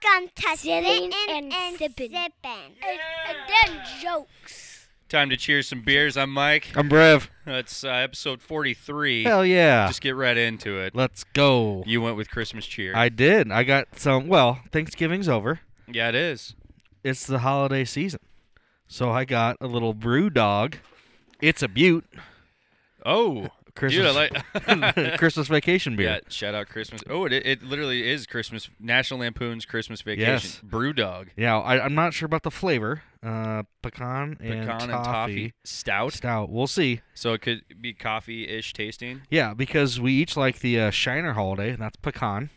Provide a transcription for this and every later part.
contestant Sitting and, and sipping. sipping. And then jokes. Time to cheers some beers. I'm Mike. I'm Rev. That's uh, episode 43. Hell yeah. Just get right into it. Let's go. You went with Christmas cheer. I did. I got some. Well, Thanksgiving's over. yeah, it is. It's the holiday season. So I got a little brew dog. It's a butte. Oh, dude, I Christmas, like. Christmas vacation beer. Yeah, shout out Christmas. Oh, it, it literally is Christmas. National Lampoon's Christmas Vacation. Yes. Brew Dog. Yeah, I, I'm not sure about the flavor. Uh, pecan, and, Pecan toffee and toffee stout. stout. We'll see. So it could be coffee ish tasting. Yeah, because we each like the uh, Shiner holiday, and that's pecan.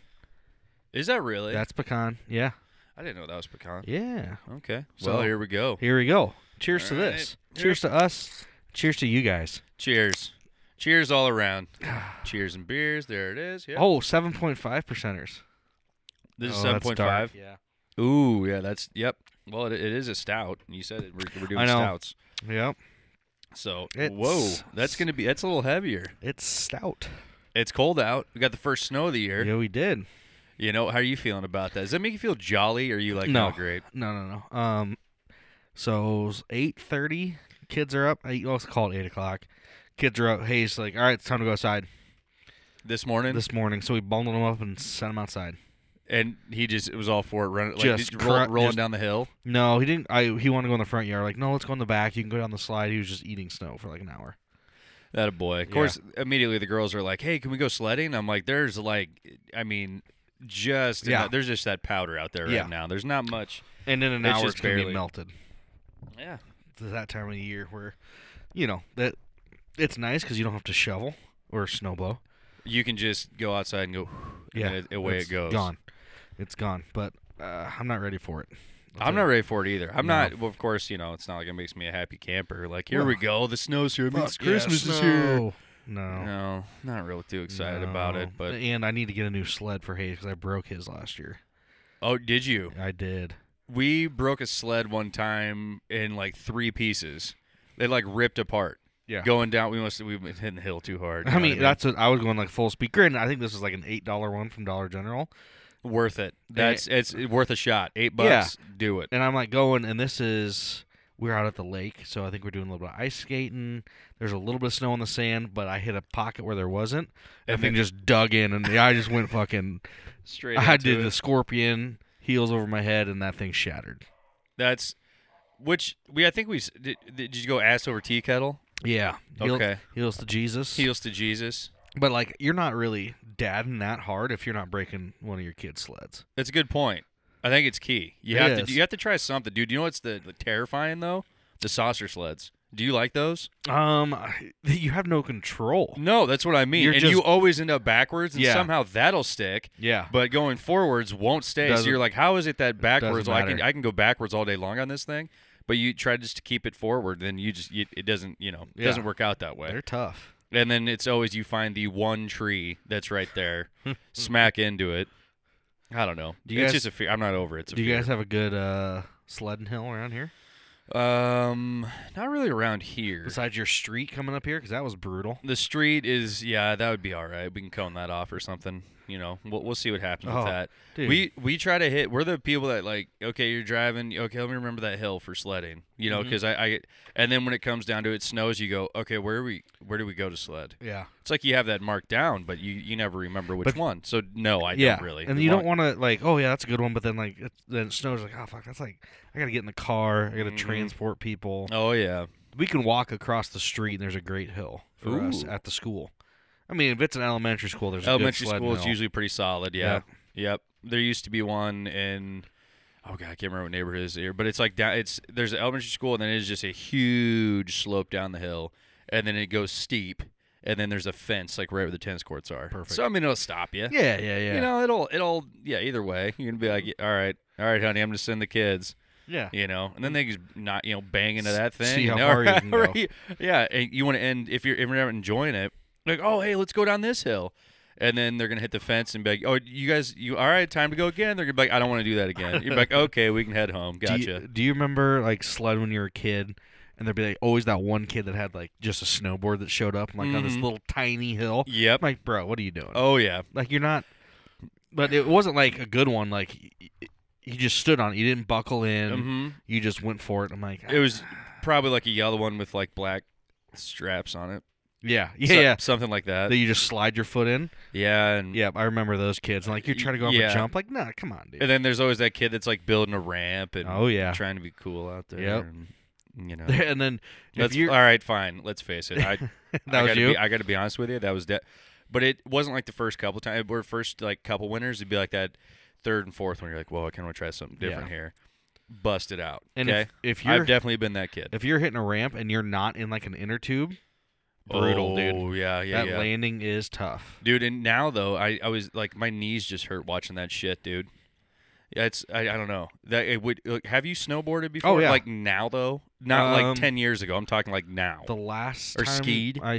Is that really? That's pecan. Yeah, I didn't know that was pecan. yeah. Okay. So- well, here we go. Here we go. Cheers to All right. this. Cheers to us. Cheers to you guys. Cheers. Cheers all around. Cheers and beers. There it is. Yeah. Oh, 7.5 percenters. this is oh, seven that's point dark. five. Yeah. Ooh, yeah, that's yep. Well, it, it is a stout. and You said it, we're, we're doing I know. stouts, Yep. so whoa, It's- that's gonna be that's a little heavier. It's stout. It's cold out. We got the first snow of the year. Yeah, we did. You know, how are you feeling about that? Does that make you feel jolly? Or are you like, No. oh, great? No, no, no. Um, so it's 8:30. Kids are up. I always call it eight o'clock. Kids are up. Hey, it's like, all right, it's time to go outside This morning, this morning. So we bundled them up and sent them outside. and he just it was all for it, running like Just just roll, cru- rolling just- down the hill. No, he didn't. I he wanted to go in the front yard. Like, no, let's go in the back. You can go down the slide. He was just eating snow for like an hour. That a boy. Of Yeah. course, immediately the girls are like, hey, can we go sledding? I'm like, there's like, I mean, just Yeah. enough- there's just that powder out there right Yeah. now. There's not much. And in an It's hour, just it's gonna barely- be melted. Yeah. to that time of the year where, you know, that it's nice because you don't have to shovel or snow blow. You can just go outside and go. and Yeah, it- away it's it goes. Gone. It's gone. But uh, I'm not ready for it. I'm I'll not tell you. ready for it either. I'm No. not. Well, of course, you know it's not like it makes me a happy camper. Like here we Well, go, the snow's here. It means Fuck yeah, Christmas is here. snow. No. No, not really too excited about it. no. But and I need to get a new sled for Hayes because I broke his last year. oh, did you? I did. We broke a sled one time in like three pieces. They like ripped apart. Yeah. Going down, we must we been hitting the hill too hard. you I know what mean, that's what I was going like full speed. Granted, I think this was like an eight dollar one from Dollar General, worth it. That's it's worth a shot. Eight Yeah. bucks, do it. and I'm like going, and this is we're out at the lake, so I think we're doing a little bit of ice skating. There's a little bit of snow on the sand, but I hit a pocket where there wasn't, and, And then then- just dug in, and I just went fucking. Straight. I into did it. the scorpion heels over my head, and that thing shattered. That's which we I think we s- did. Did you go ass over tea kettle? Yeah. Heel- Okay. Heels to Jesus. Heels to Jesus. But like, you're not really dadding that hard if you're not breaking one of your kids' sleds. That's a good point. I think it's key. You It have to is. you have to try something, dude. You know what's the, the terrifying though? The saucer sleds. Do you like those? Um, I- you have no control. No, that's what I mean. You're and just- you always end up backwards, and Yeah. somehow that'll stick. Yeah. But going forwards won't stay. so Doesn't- you're like, how is it that backwards? Well, I can matter. I can go backwards all day long on this thing, but you try just to keep it forward, then you just you, it doesn't you know it Yeah. doesn't work out that way. They're tough. And then it's always you find the one tree that's right there, smack into it. I don't know. Do you it's guys- just a fear. I'm not over it. It's a Do you fear. guys have a good uh sledding hill around here? Um, not really around here. Besides your street coming up here, because that was brutal. The street is yeah, that would be all right. We can cone that off or something. You know, we'll, we'll see what happens Oh, with that. dude. We we try to hit. We're the people that like okay, you're driving. Okay, let me remember that hill for sledding. You Mm-hmm. know, because I, I and then when it comes down to it, snows. You go okay, where are we where do we go to sled? Yeah. It's like you have that marked down, but you you never remember which But- one. So no, I yeah. don't really. And We you don't want- want to like, oh yeah, that's a good one, but then like it, then it snows like, oh fuck, that's like I gotta get in the car, I gotta Mhm. transport people. Oh yeah, We can walk across the street and there's a great hill for us Ooh. at the school. I mean, if it's an elementary school, there's elementary a good sledding school is hill. usually pretty solid. Yeah. Yep. There used to be one in oh god, I can't remember what neighborhood it is here, but it's like down it's there's an elementary school and then it's just a huge slope down the hill and then it goes steep and then there's a fence like right where the tennis courts are. Perfect. So I mean it'll stop you. Yeah, yeah, yeah. You know, it'll it'll yeah, either way. You're gonna be like, all right, all right, honey, I'm gonna send the kids. yeah. You know, and then they just not you know bang into that Mm. S- thing. see and how all far you can go. right, Yeah, and you want to end if you're if you're not enjoying it, like oh hey let's go down this hill, and then they're gonna hit the fence and be like oh you guys you all right time to go again. They're gonna be like I don't want to do that again. You're like okay we can head home. Gotcha. Do you, do you remember like sled when you were a kid? And there'd be like always that one kid that had like just a snowboard that showed up like on this Mhm. little tiny hill. I'm yep. like, bro, what are you doing? Oh yeah. Like you're not. But it wasn't like a good one. Like y- y- you just stood on it. You didn't buckle in. hmm You just went for it. I'm like, It was probably like a yellow one with like black straps on it. yeah, yeah, So- yeah. something like that. That you just slide your foot in. yeah, and Yeah, I remember those kids. And like you're trying to go up Yeah. and jump. Like, nah, come on, dude. And then there's always that kid that's like building a ramp and Oh, yeah. trying to be cool out there. Yep. And, you know, And then if Let's, you all right, fine. Let's face it. I, I that was gotta you. Be, I got to be honest with you. That was de- but it wasn't like the first couple times. Or first like couple winners. It'd be like that third and fourth one. You're like, whoa, I kind of want to try something different here. Bust it out. and okay. if, if you're I've definitely been that kid. if you're hitting a ramp and you're not in like an inner tube, brutal, dude. Oh yeah, yeah, that yeah. landing is tough. Dude, and now though, I, I was like my knees just hurt watching that shit, dude. Yeah, It's I, I don't know that it would. Like, have you snowboarded before? Oh, yeah. Like now though, not Um, like ten years ago. I'm talking like now. The last Or time skied. I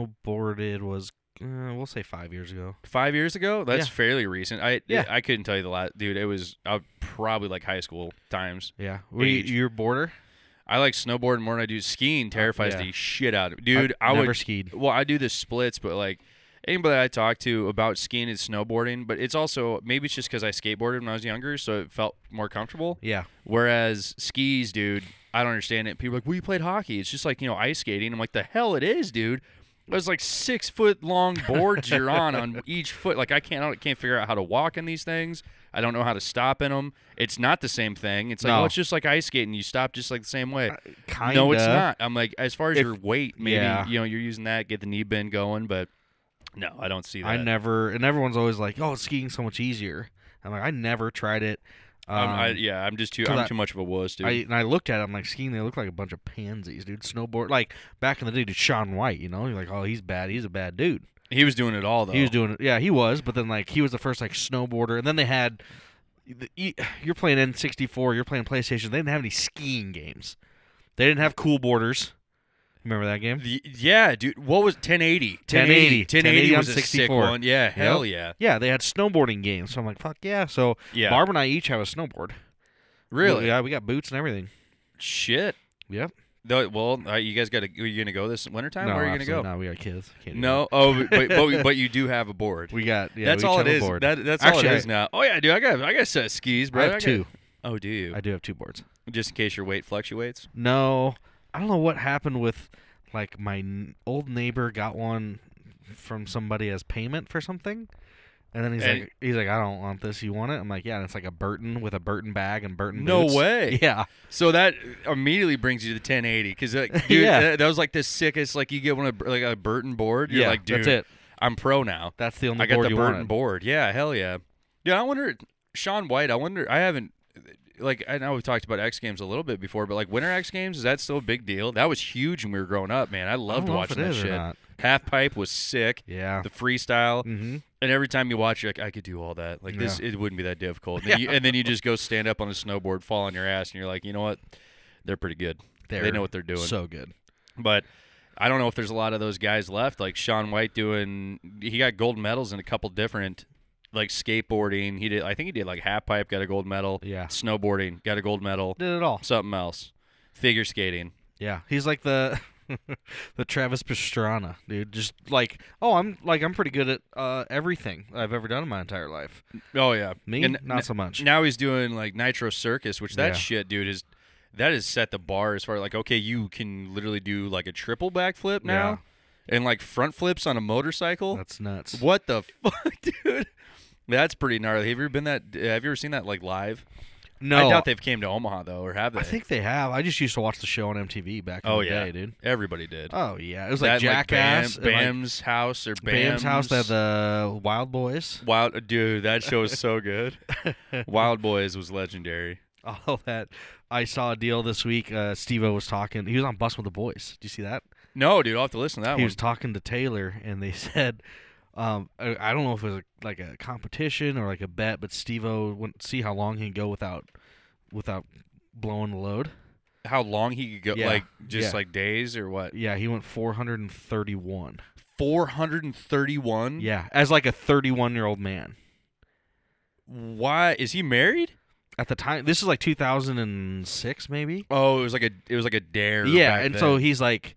snowboarded was uh, we'll say five years ago. Five years ago, that's fairly recent. I Yeah. I couldn't tell you the last, dude. It was I probably like high school times. Yeah, were you, Age. you're a boarder, I like snowboarding more than I do skiing. Terrifies Uh, yeah. the shit out of me, dude. I've I never would skied. Well, I do the splits, but like anybody I talk to about skiing and snowboarding, but it's also maybe it's just because I skateboarded when I was younger, so it felt more comfortable. Yeah, Whereas skis, dude, I don't understand it. People are like, we played hockey. It's just like you know ice skating. I'm like, the hell it is, dude. There's like six foot long boards you're on on each foot. Like I can't, I can't figure out how to walk in these things. I don't know how to stop in them. It's not the same thing. It's like, No. oh, it's just like ice skating. You stop just like the same way. kind No, it's not. I'm like, as far as If- your weight, maybe yeah. you know you're using that get the knee bend going, but no, I don't see that. I never, and everyone's always like, "Oh, skiing's so much easier." I'm like, I never tried it. Um, I'm, I, yeah, I'm just too. 'cause I'm I- too much of a wuss, dude. I, and I looked at it, I'm like, skiing, they look like a bunch of pansies, dude. Snowboard, like back in the day, dude, Sean White, you know, you're like, oh, he's bad, he's a bad dude. he was doing it all though. He was doing it, yeah, he was, but then like he was the first like snowboarder, and then they had, the- you- you're playing N64, you're playing PlayStation, they didn't have any skiing games, they didn't have cool borders. Remember that game? The- yeah, dude. What was 1080? 1080. 1080 was on a 64. sick one. Yeah, hell yeah. Yeah, they had snowboarding games, so I'm like, fuck yeah. So Yeah. Barb and I each have a snowboard. really? Yeah, we got boots and everything. Shit. Yep. Though, well, uh, you guys got to. Are you gonna go this wintertime? no, Where are you gonna go? absolutely not. We got kids. Can't do No. Oh, but, but but you do have a board. that. we got. Yeah, that's we each all it have a is. board. That, that's all Actually, it is now. Oh yeah, dude. I got I got a set of skis, bro. I have two. Oh, do you? I do have two boards. Just in case your weight fluctuates. No, I don't know what happened with like my n- old neighbor got one from somebody as payment for something, and then he's And- like, he's like, I don't want this. You want it? I'm like, yeah. And it's like a Burton with a Burton bag and Burton. No boots. way. Yeah. So that immediately brings you to the 1080 because like, dude, Yeah. that, that was like the sickest. Like you get one of like a Burton board. You're yeah. like, dude, that's it. I'm pro now. That's the only I got board the you Burton wanted. board. Yeah, hell yeah. Yeah, I wonder Sean White. I wonder. I haven't like I know we talked about X Games a little bit before, but like Winter X Games is that still a big deal? That was huge when we were growing up, man. I I don't loved know if watching it that is or shit. not. Half pipe was sick. Yeah. The freestyle, Mm-hmm. and every time you watch, you're like, I could do all that. Like this, it wouldn't be that difficult. And then, you, and then you just go stand up on a snowboard, fall on your ass, and you're like, you know what? They're pretty good. they know what they're doing. So good. But I don't know if there's a lot of those guys left. Like Sean White doing, he got gold medals in a couple different, like skateboarding. He did, I think he did like half pipe, got a gold medal. Yeah. Snowboarding, got a gold medal. Did it all. Something else, figure skating. Yeah, he's like the the Travis Pastrana, dude. Just like, oh, I'm like I'm pretty good at uh, everything I've ever done in my entire life. Oh yeah, Me, And not so much. now he's doing like Nitro Circus, which that Yeah. shit, dude, is that has set the bar as far like okay, you can literally do like a triple backflip now, and like front flips on a motorcycle. That's nuts. What the fuck, dude? That's pretty gnarly. Have you ever been that? Have you ever seen that like live? No, I doubt they've came to Omaha though, or have they? I think they have. I just used to watch the show on MTV back in Oh the yeah, day, dude. Everybody did. Oh yeah, it was That, like Bam- Jackass, and, like, Bam's house or Bam's, Bam's house. That the Wild Boys, Wild dude, that show is so good. Wild Boys was legendary. all that. I saw a deal this week. Uh, Steve-O was talking. He was on Bus with the Boys. Do you see that? No, dude, I'll have to listen to that he one. was talking to Taylor, and they said, um, I, I don't know if it was a, like a competition or like a bet, but Steve-O wouldn't see how long he can go without without blowing the load. How long he could go? Yeah, Like just yeah. like days or what? Yeah, he went 431. Four hundred and thirty-one. Yeah, as like a 31 year old man Why is he married? at the time. This is like 2006, maybe. Oh, it was like a it was like a dare. yeah, back and then. so he's like,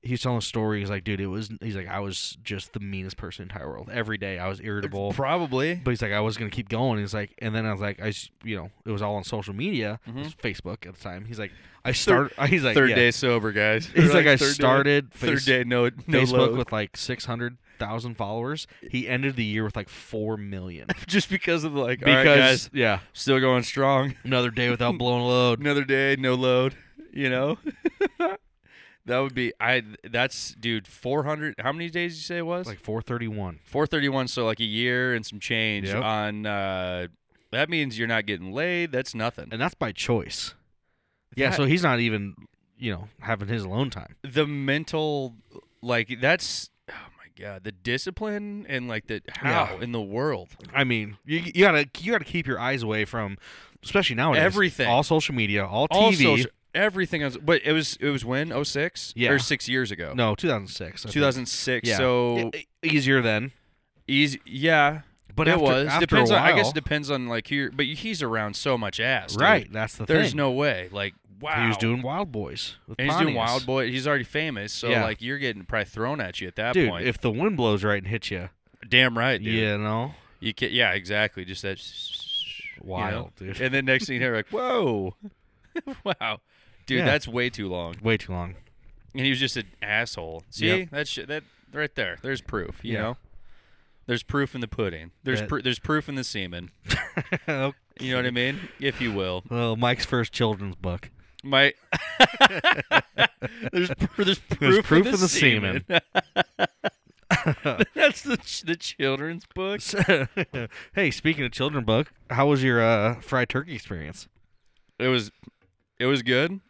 he's telling a story. He's like, dude, it was. He's like, I was just the meanest person in the entire world. Every day, I was irritable. Probably. But he's like, I was gonna keep going. He's like, and then I was like, I, s- you know, it was all on social media, It was Facebook at the time. He's like, I start. He's like, Mm-hmm. third yeah. day sober, guys. He's like, I third day- started third face- day, no, no Facebook load. with like six hundred thousand followers. He ended the year with like four million. just because of like, all Because right, guys, yeah, still going strong. another day without blowing a load. Another day, no load. You know, that would be I. That's dude, four hundred. How many days did you say it was? Like four thirty one. four thirty one. So like a year and some change Yep. on. uh That means you're not getting laid. That's nothing. and that's by choice. Yeah, That- so he's not even, you know, having his alone time. the mental like that's oh my god the discipline and like the how Yeah. in the world I mean, you, you gotta you gotta keep your eyes away from, especially nowadays, Everything. all social media, all TV. all social, everything else but it was it was when 06 Yeah. or 6 years ago no, two thousand six. 2006 Yeah. E, so easier then, easy yeah but it after, was after depends a on while, i guess it depends on like who you're but he's around so much ass dude. right? That's the there's thing. no way like wow He was doing Wild Boys. With and he's doing Pontius. wild boy he's already famous so Yeah. like you're getting probably thrown at you at that Dude, point if the wind blows right and hits you, damn right dude you know, you can, yeah exactly just that you know? wild, dude. And then next thing you know, you're like, whoa, wow, dude, Yeah. that's way too long. Way too long. And he was just an asshole. See, Yep. that's shit. That right there. There's proof. You Yeah. know, there's proof in the pudding. There's That- pr- there's proof in the semen. You know what I mean, if you will. well, Mike's first children's book. My there's pr- there's proof, proof in in the, the semen. that's the ch- the children's book. hey, speaking of children book, how was your uh, fried turkey experience? It was it was good.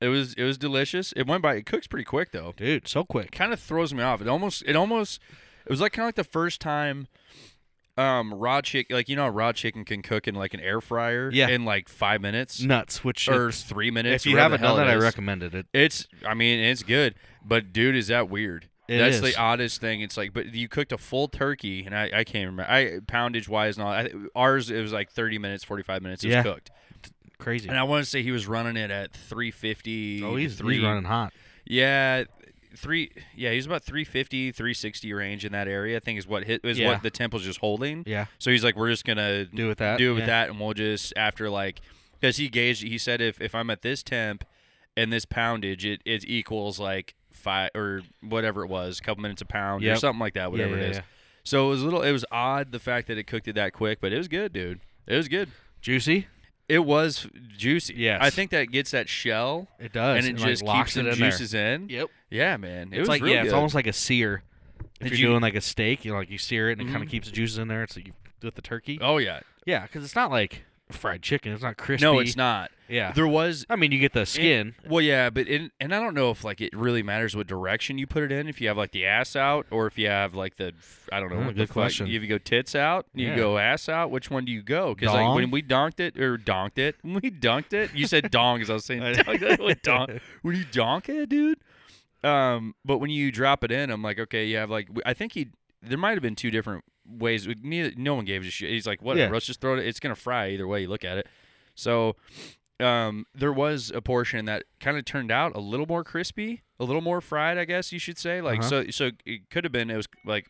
It was it was delicious. It went by. It cooks pretty quick though. Dude, so quick. kind of throws me off. It almost it almost it was like kind of like the first time um raw chicken like you know how raw chicken can cook in like an air fryer Yeah. in like 5 minutes Nuts, which or 3 minutes if you whatever haven't the hell done that, it I is. recommend it. It- It's I mean it's good, but dude is that weird. It That's is. the oddest thing. It's like, but you cooked a full turkey, and I, I can't remember. I poundage wise, and all I, ours it was like thirty minutes, forty five minutes. It Yeah. was cooked, crazy. and I want to say he was running it at three fifty. oh, he's, three he's running hot. yeah, three. Yeah, he's about 350, 360 range in that area. I think is what hit is Yeah. what the temple's just holding. Yeah, So he's like, we're just gonna do with that. do it with Uh, yeah. that, and we'll just after like, because he gauged. He said if if I'm at this temp and this poundage, it it equals like five or whatever it was, a couple minutes a pound or Yep. something like that, Yeah, whatever yeah, it is. yeah. So it was a little. It was odd the fact that it cooked it that quick, but it was good, dude. It was good. Juicy. It was juicy. Yes. I think that gets that shell It does. and it just like, keeps locks the it in juices in. There. Yep. Yeah, man. It it's was like real yeah, it's good. almost like a sear. If Did you're you- doing like a steak, you know, like you sear it and it kind Mhm. of keeps the juices in there. It's like you do with the turkey. Oh yeah. Yeah, because it's not like fried chicken. It's not crispy. No, it's not. Yeah, There was I mean you get the skin. well, yeah, but in, and I don't know if like it really matters what direction you put it in. If you have like the ass out, or if you have like the I don't know. Oh, what the good fuck- question. If you go tits out, you Yeah. go ass out. Which one do you go? Because like Dong? when we donked it or donked it, when we dunked it, you said dong as I was saying I- dong. Like, dong. When you donk it, dude. Um, but when you drop it in, I'm like, okay, you have like I think he there might have been two different ways. Neither no one gave a shit. He's like, whatever, Yeah. let's just throw it. It's gonna fry either way you look at it. So um, there was a portion that kind of turned out a little more crispy, a little more fried, I guess you should say. Like Uh-huh. so, so it could have been it was like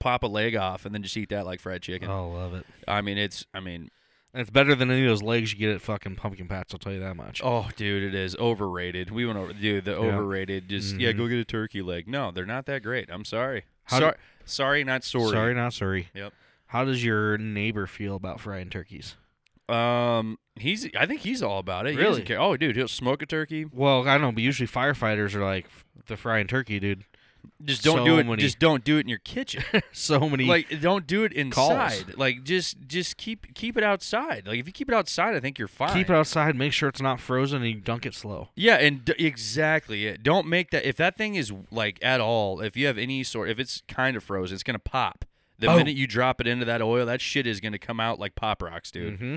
pop a leg off and then just eat that like fried chicken. Oh, love it. I mean, it's I mean, And it's better than any of those legs you get at fucking pumpkin patch. I'll tell you that much. oh dude, it is overrated. We went over dude the overrated. Just yeah, Mhm. go get a turkey leg. No, they're not that great. I'm sorry. How sorry, sorry, not sorry. Sorry, not sorry. Yep. How does your neighbor feel about frying turkeys? Um, he's I think he's all about it. He Really? doesn't care. Oh, dude, he'll smoke a turkey. Well, I don't know, but usually firefighters are like "F- the frying turkey, dude. Just don't So do it. many- Just don't do it in your kitchen. So many. like don't do it Calls. inside. Like just just keep keep it outside. Like if you keep it outside, I think you're fine. keep it outside. Make sure it's not frozen, and you dunk it slow. Yeah, and d- exactly it. Don't make that. If that thing is like at all, if you have any sort, if it's kind of frozen, it's gonna pop. The Oh. minute you drop it into that oil, that shit is gonna come out like pop rocks, dude. Mm-hmm.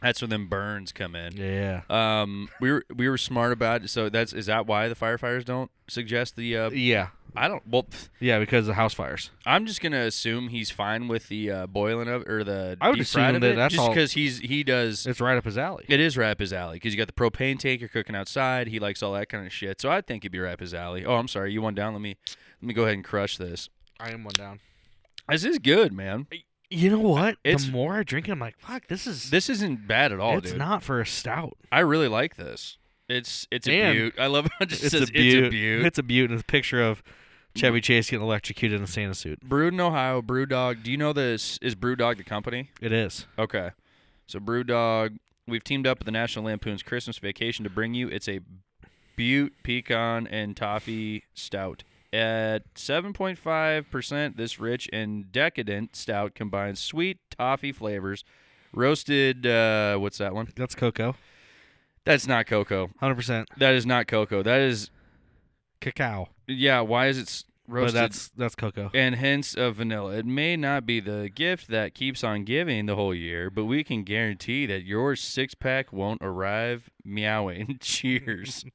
That's when them burns come in. Yeah. Um, we were we were smart about it. So that's is that why the firefighters don't suggest the? Uh, Yeah. I don't. Well, pff, Yeah, because of house fires. I'm just gonna assume he's fine with the uh, boiling of or the I would deep fried assume of that it, that's just all- because he's he does. It's right up his alley. It is right up his alley because you got the propane tank. You're cooking outside. He likes all that kind of shit. So I think it'd be right up his alley. Oh, I'm sorry, you one down. Let me let me go ahead and crush this. I am one down. This is good, man. You know what? It's- the more I drink it, I'm like, fuck, this is This isn't bad at all, it's dude. not for a stout. I really like this. It's it's a And beaut. I love how it just It's, says a beaut. it's a beaut. It's a beaut and it's a picture of Chevy Chase getting electrocuted in a Santa suit. Brewed in Ohio, Brewdog. Do you know this is Brewdog the company? It is. Okay. So Brewdog, we've teamed up with the National Lampoon's Christmas Vacation to bring you it's a Butte pecan and toffee stout. At 7.5%, this rich and decadent stout combines sweet toffee flavors, roasted uh what's that one? That's cocoa. That's not cocoa. Hundred percent That is not cocoa. That is cacao. yeah, why is it s- roasted? But that's that's cocoa. and hints of vanilla. It may not be the gift that keeps on giving the whole year, but we can guarantee that your six pack won't arrive meowing. Cheers.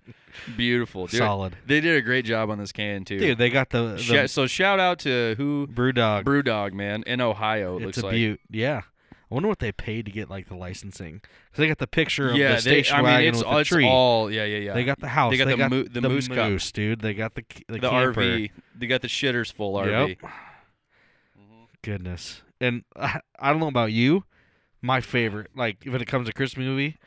Beautiful. Dude, Solid. They did a great job on this can, too. Dude, they got the, the Sh- so shout out to who? brew dog. Brewdog, man, in Ohio, it it's looks a like. beaut. Yeah. I wonder what they paid to get like the licensing. Cause they got the picture of Yeah, the they, station I mean, wagon it's, with all- the it's tree. all, yeah, yeah, yeah. they got the house. they got the moo- the the moose cup. dude. They got the c- the, the, camper. RV. They got the shitters full RV. Yep. Goodness. And I, I don't know about you, my favorite, like when it comes to Christmas movie,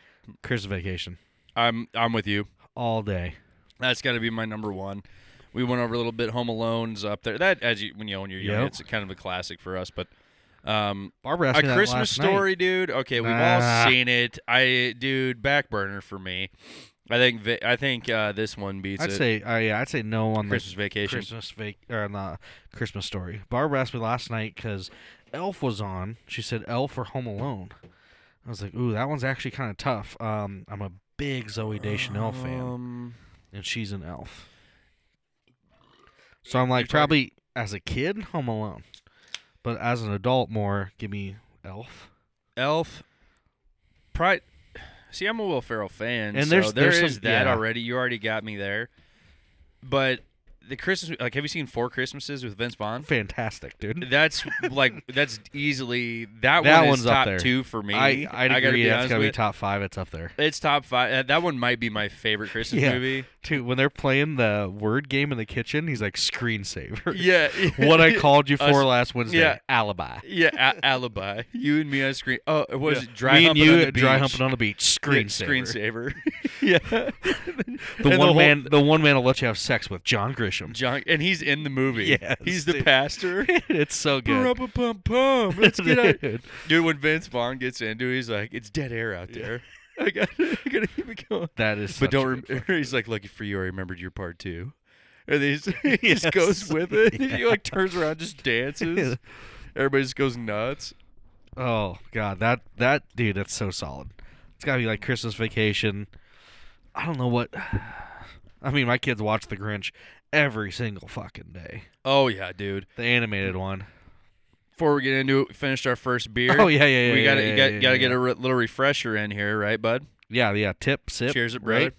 Christmas Vacation, I'm, I'm with you. all day. That's got to be my number one. We went over a little bit. Home Alone's up there. That as you when you own your young, Yep. it's kind of a classic for us. But um, Barbara asked a me that Christmas last night. Story, dude. Okay, we've Nah. all seen it. I dude, back burner for me. I think vi- I think uh, this one beats I'd it. say, uh, yeah, I'd say no on the Christmas Vacation. Christmas vac or not Christmas story. Barbara asked me last night because Elf was on. She said Elf or Home Alone. I was like, ooh, that one's actually kind of tough. Um, I'm a big Zoe Deschanel fan, Um, and she's an elf. So I'm like, talking- probably as a kid, Home Alone, but as an adult, more give me Elf. Elf. Pride. See, I'm a Will Ferrell fan, And so there's- there there's is some- that yeah. already. You already got me there. But the Christmas, like, have you seen Four Christmases with Vince Vaughn? Fantastic, dude. That's like that's easily that, That one one's is up top there. two for me. I I'd gotta agree. be that's honest gotta with be you. top five. It's up there. It's top five. Uh, That one might be my favorite Christmas Yeah. movie. Dude, when they're playing the word game in the kitchen, he's like screensaver. Yeah, what I called you for Us- last Wednesday. yeah. Alibi. Yeah, a- alibi. You and me on screen. Oh, what was Yeah. it? Dry Me and humping you on the at dry beach. humping on the beach. Yeah, Screensaver. screensaver. yeah, The And one whole- man. The one man will let you have sex with John Grisham. John, and he's in the movie. Yes, he's the dude. pastor. it's so good. Pum pum. Let's get out. Dude, Dude, when Vince Vaughn gets into, it, he's like, "It's dead air out there. I got, I gotta keep it going." that is. But such don't a remember. good He's like, lucky for you, I remembered your part too. And then he's- he Yes. just goes with it. He Yeah. like turns around, just dances. Everybody just goes nuts. one. Oh god, that that dude, that's so solid. It's gotta be like Christmas Vacation. I don't know what. I mean, my kids watch The Grinch every single fucking day. Oh yeah, dude. The animated one. Before we get into it, we finished our first beer. Oh yeah, yeah, yeah. we yeah, gotta yeah, you got, yeah, gotta yeah. get a re- little refresher in here, right, bud? Yeah, yeah. Tip, sip. Cheers, it, brother. right?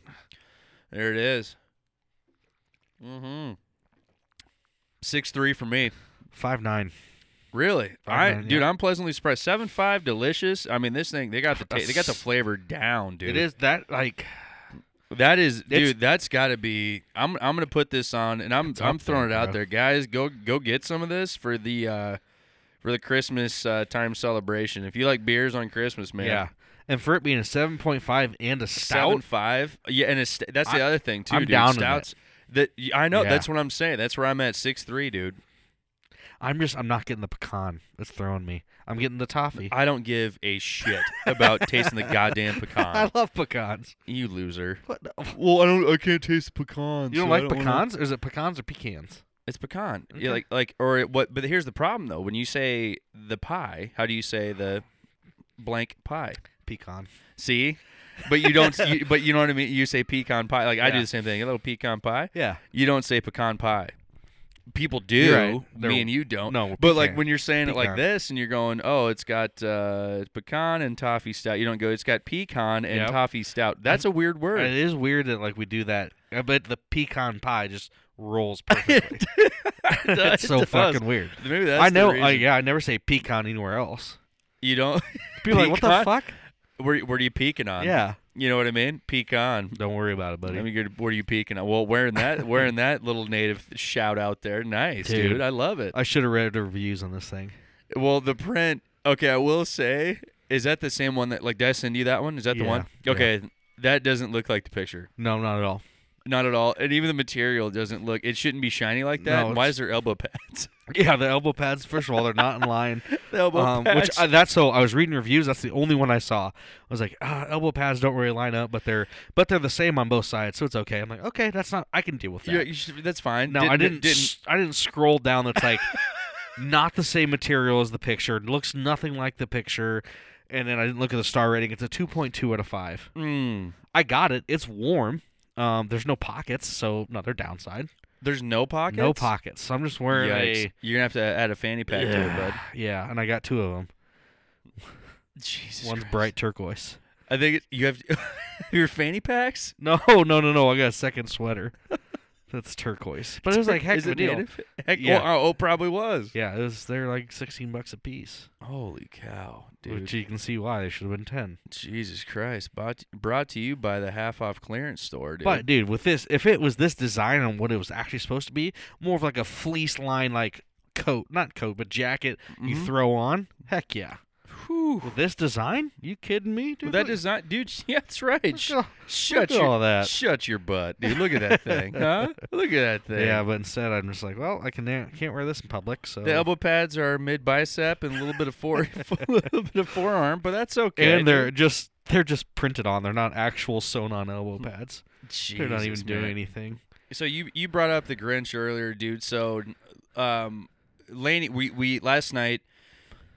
There it is. Mm-hmm. Six three for me. Five nine. Really, I Five nine, dude, yeah. I'm pleasantly surprised. Seven five, delicious. I mean, this thing they got the ta- they got the flavor down, dude. It is that like That is, It's- dude. That's got to be. I'm. I'm gonna put this on, and I'm. It's I'm up throwing there, it out bro. there, guys. Go. Go get some of this for the. uh for the Christmas uh, time celebration, if you like beers on Christmas, man, yeah. And for it being a seven point five and a stout, seven five, yeah, and it's, st- that's the I- other thing too, I'm dude. down with it. Stouts, that y- I know, Yeah. that's what I'm saying. That's where I'm at, six three, dude. I'm just I'm not getting the pecan. It's throwing me. I'm getting the toffee. I don't give a shit about tasting the goddamn pecan, I love pecans. you loser. What? the- Well, I don't, I can't taste pecans. You don't like pecans? Or is it pecans or pecans? It's pecan. Okay. Yeah, like like or it, what? But here's the problem though. When you say the pie, how do you say the blank pie? Pecan. See, but you don't. you, but you know what I mean. You say pecan pie. Like I do Yeah. the same thing. A little pecan pie. Yeah. You don't say pecan pie. people do. You're right. They're- Me and you don't. no, but like pecan. when you're saying it like Pecan. this, and you're going, "Oh, it's got uh, pecan and toffee stout." You don't go, "It's got pecan and Yep. toffee stout." That's a weird word. It is weird that like we do that, Uh, but the pecan pie just rolls perfectly. That's It so does. fucking weird. Maybe that's I know. The uh, reason. yeah, I never say pecan anywhere else. You don't. People are like, what the Pecan? fuck? Where, where are you peeking on? Yeah. You know what I mean? Pecan. Don't worry about it, buddy. I mean, you're, what are you peeking on? Well, wearing that, wearing that little native shout out there. Nice, dude. Dude. I love it. I should have read the reviews on this thing. Well, the print. Okay, I will say, is that the same one that like did I send you that one? Is that the Yeah, one? yeah. Okay, that doesn't look like the picture. No, not at all. Not at all. And even the material doesn't look. It shouldn't be shiny like that. No, Why it's- is there elbow pads? Yeah, the elbow pads. First of all, they're not in line. the elbow um, which pads. I, that's so. I was reading reviews. That's the only one I saw. I was like, ah, elbow pads don't really line up, but they're but they're the same on both sides, so it's okay. I'm like, okay, that's not. I can deal with that. You- you should- that's fine. No, didn't, I didn't. Didn't. s- I didn't scroll down. That's like not the same material as the picture. It looks nothing like the picture. And then I didn't look at the star rating. It's a 2.2 out of five. Mm, I got it. It's warm. Um, there's no pockets, so another downside. there's no pockets. No pockets. So I'm just wearing Yikes. You're gonna have to add a fanny a. pack to it, bud. Yeah, and I got two of them. Jesus. One's Christ. bright turquoise. I think it, you have your fanny packs. No, no, no, no. I got a second sweater. That's turquoise. But it was like heck Is of a it deal. native? Heck, Yeah. well, oh, it probably was. Yeah, it was. They're like 16 bucks a piece, Holy cow, dude! which you can see why they should have been 10. Jesus Christ! Bought, brought to you by the half off clearance store, dude. But dude, with this, if it was this design and what it was actually supposed to be, more of like a fleece line like coat, not coat, but jacket you Mhm. throw on. Heck yeah! Whew. With this design, you kidding me, dude? Well, that Look- is not, dude. Yeah, that's right. Sh- look at- shut look at your all that. shut your butt, dude. Look at that thing, huh? Look at that thing. Yeah, but instead I'm just like, well, I can can't wear this in public, so The elbow pads are mid bicep and a little bit of fore, a little bit of forearm, but that's okay. and they're dude. just they're just printed on. They're not actual sewn on elbow pads. they're not even Mm. Jesus, doing man. anything. So you you brought up the Grinch earlier, dude. So, um, Laney, we we last night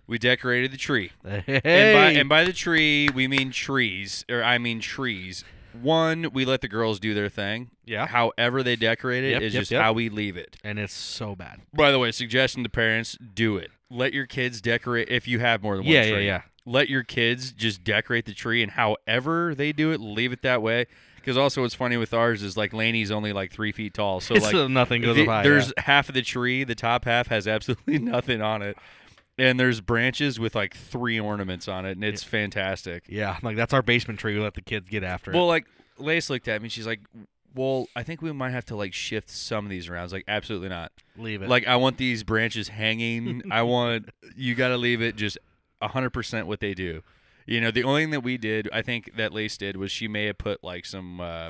we decorated the tree, and by and by the tree we mean trees, or I mean trees. One, we let the girls do their thing. yeah, However they decorate it is Yep, yep, just yep. how we leave it. and it's so bad. By the way, suggestion to parents: do it. Let your kids decorate if you have more than one Yeah, yeah, tree. yeah. Let your kids just decorate the tree, and however they do it, leave it that way. Because also, what's funny with ours is like Laney's only like three feet tall, so it's like uh, nothing goes the- by. there's half of the tree, the top half has absolutely nothing on it. And there's branches with like three ornaments on it, and it's fantastic. yeah. yeah, like that's our basement tree. We let the kids get after it. Well, like Lace looked at me, she's like, "Well, I think we might have to like shift some of these around." I was like, "Absolutely not. Leave it. Like, I want these branches hanging. I want you got to leave it just hundred percent what they do." You know, the only thing that we did, I think that Lace did, was she may have put like some, uh,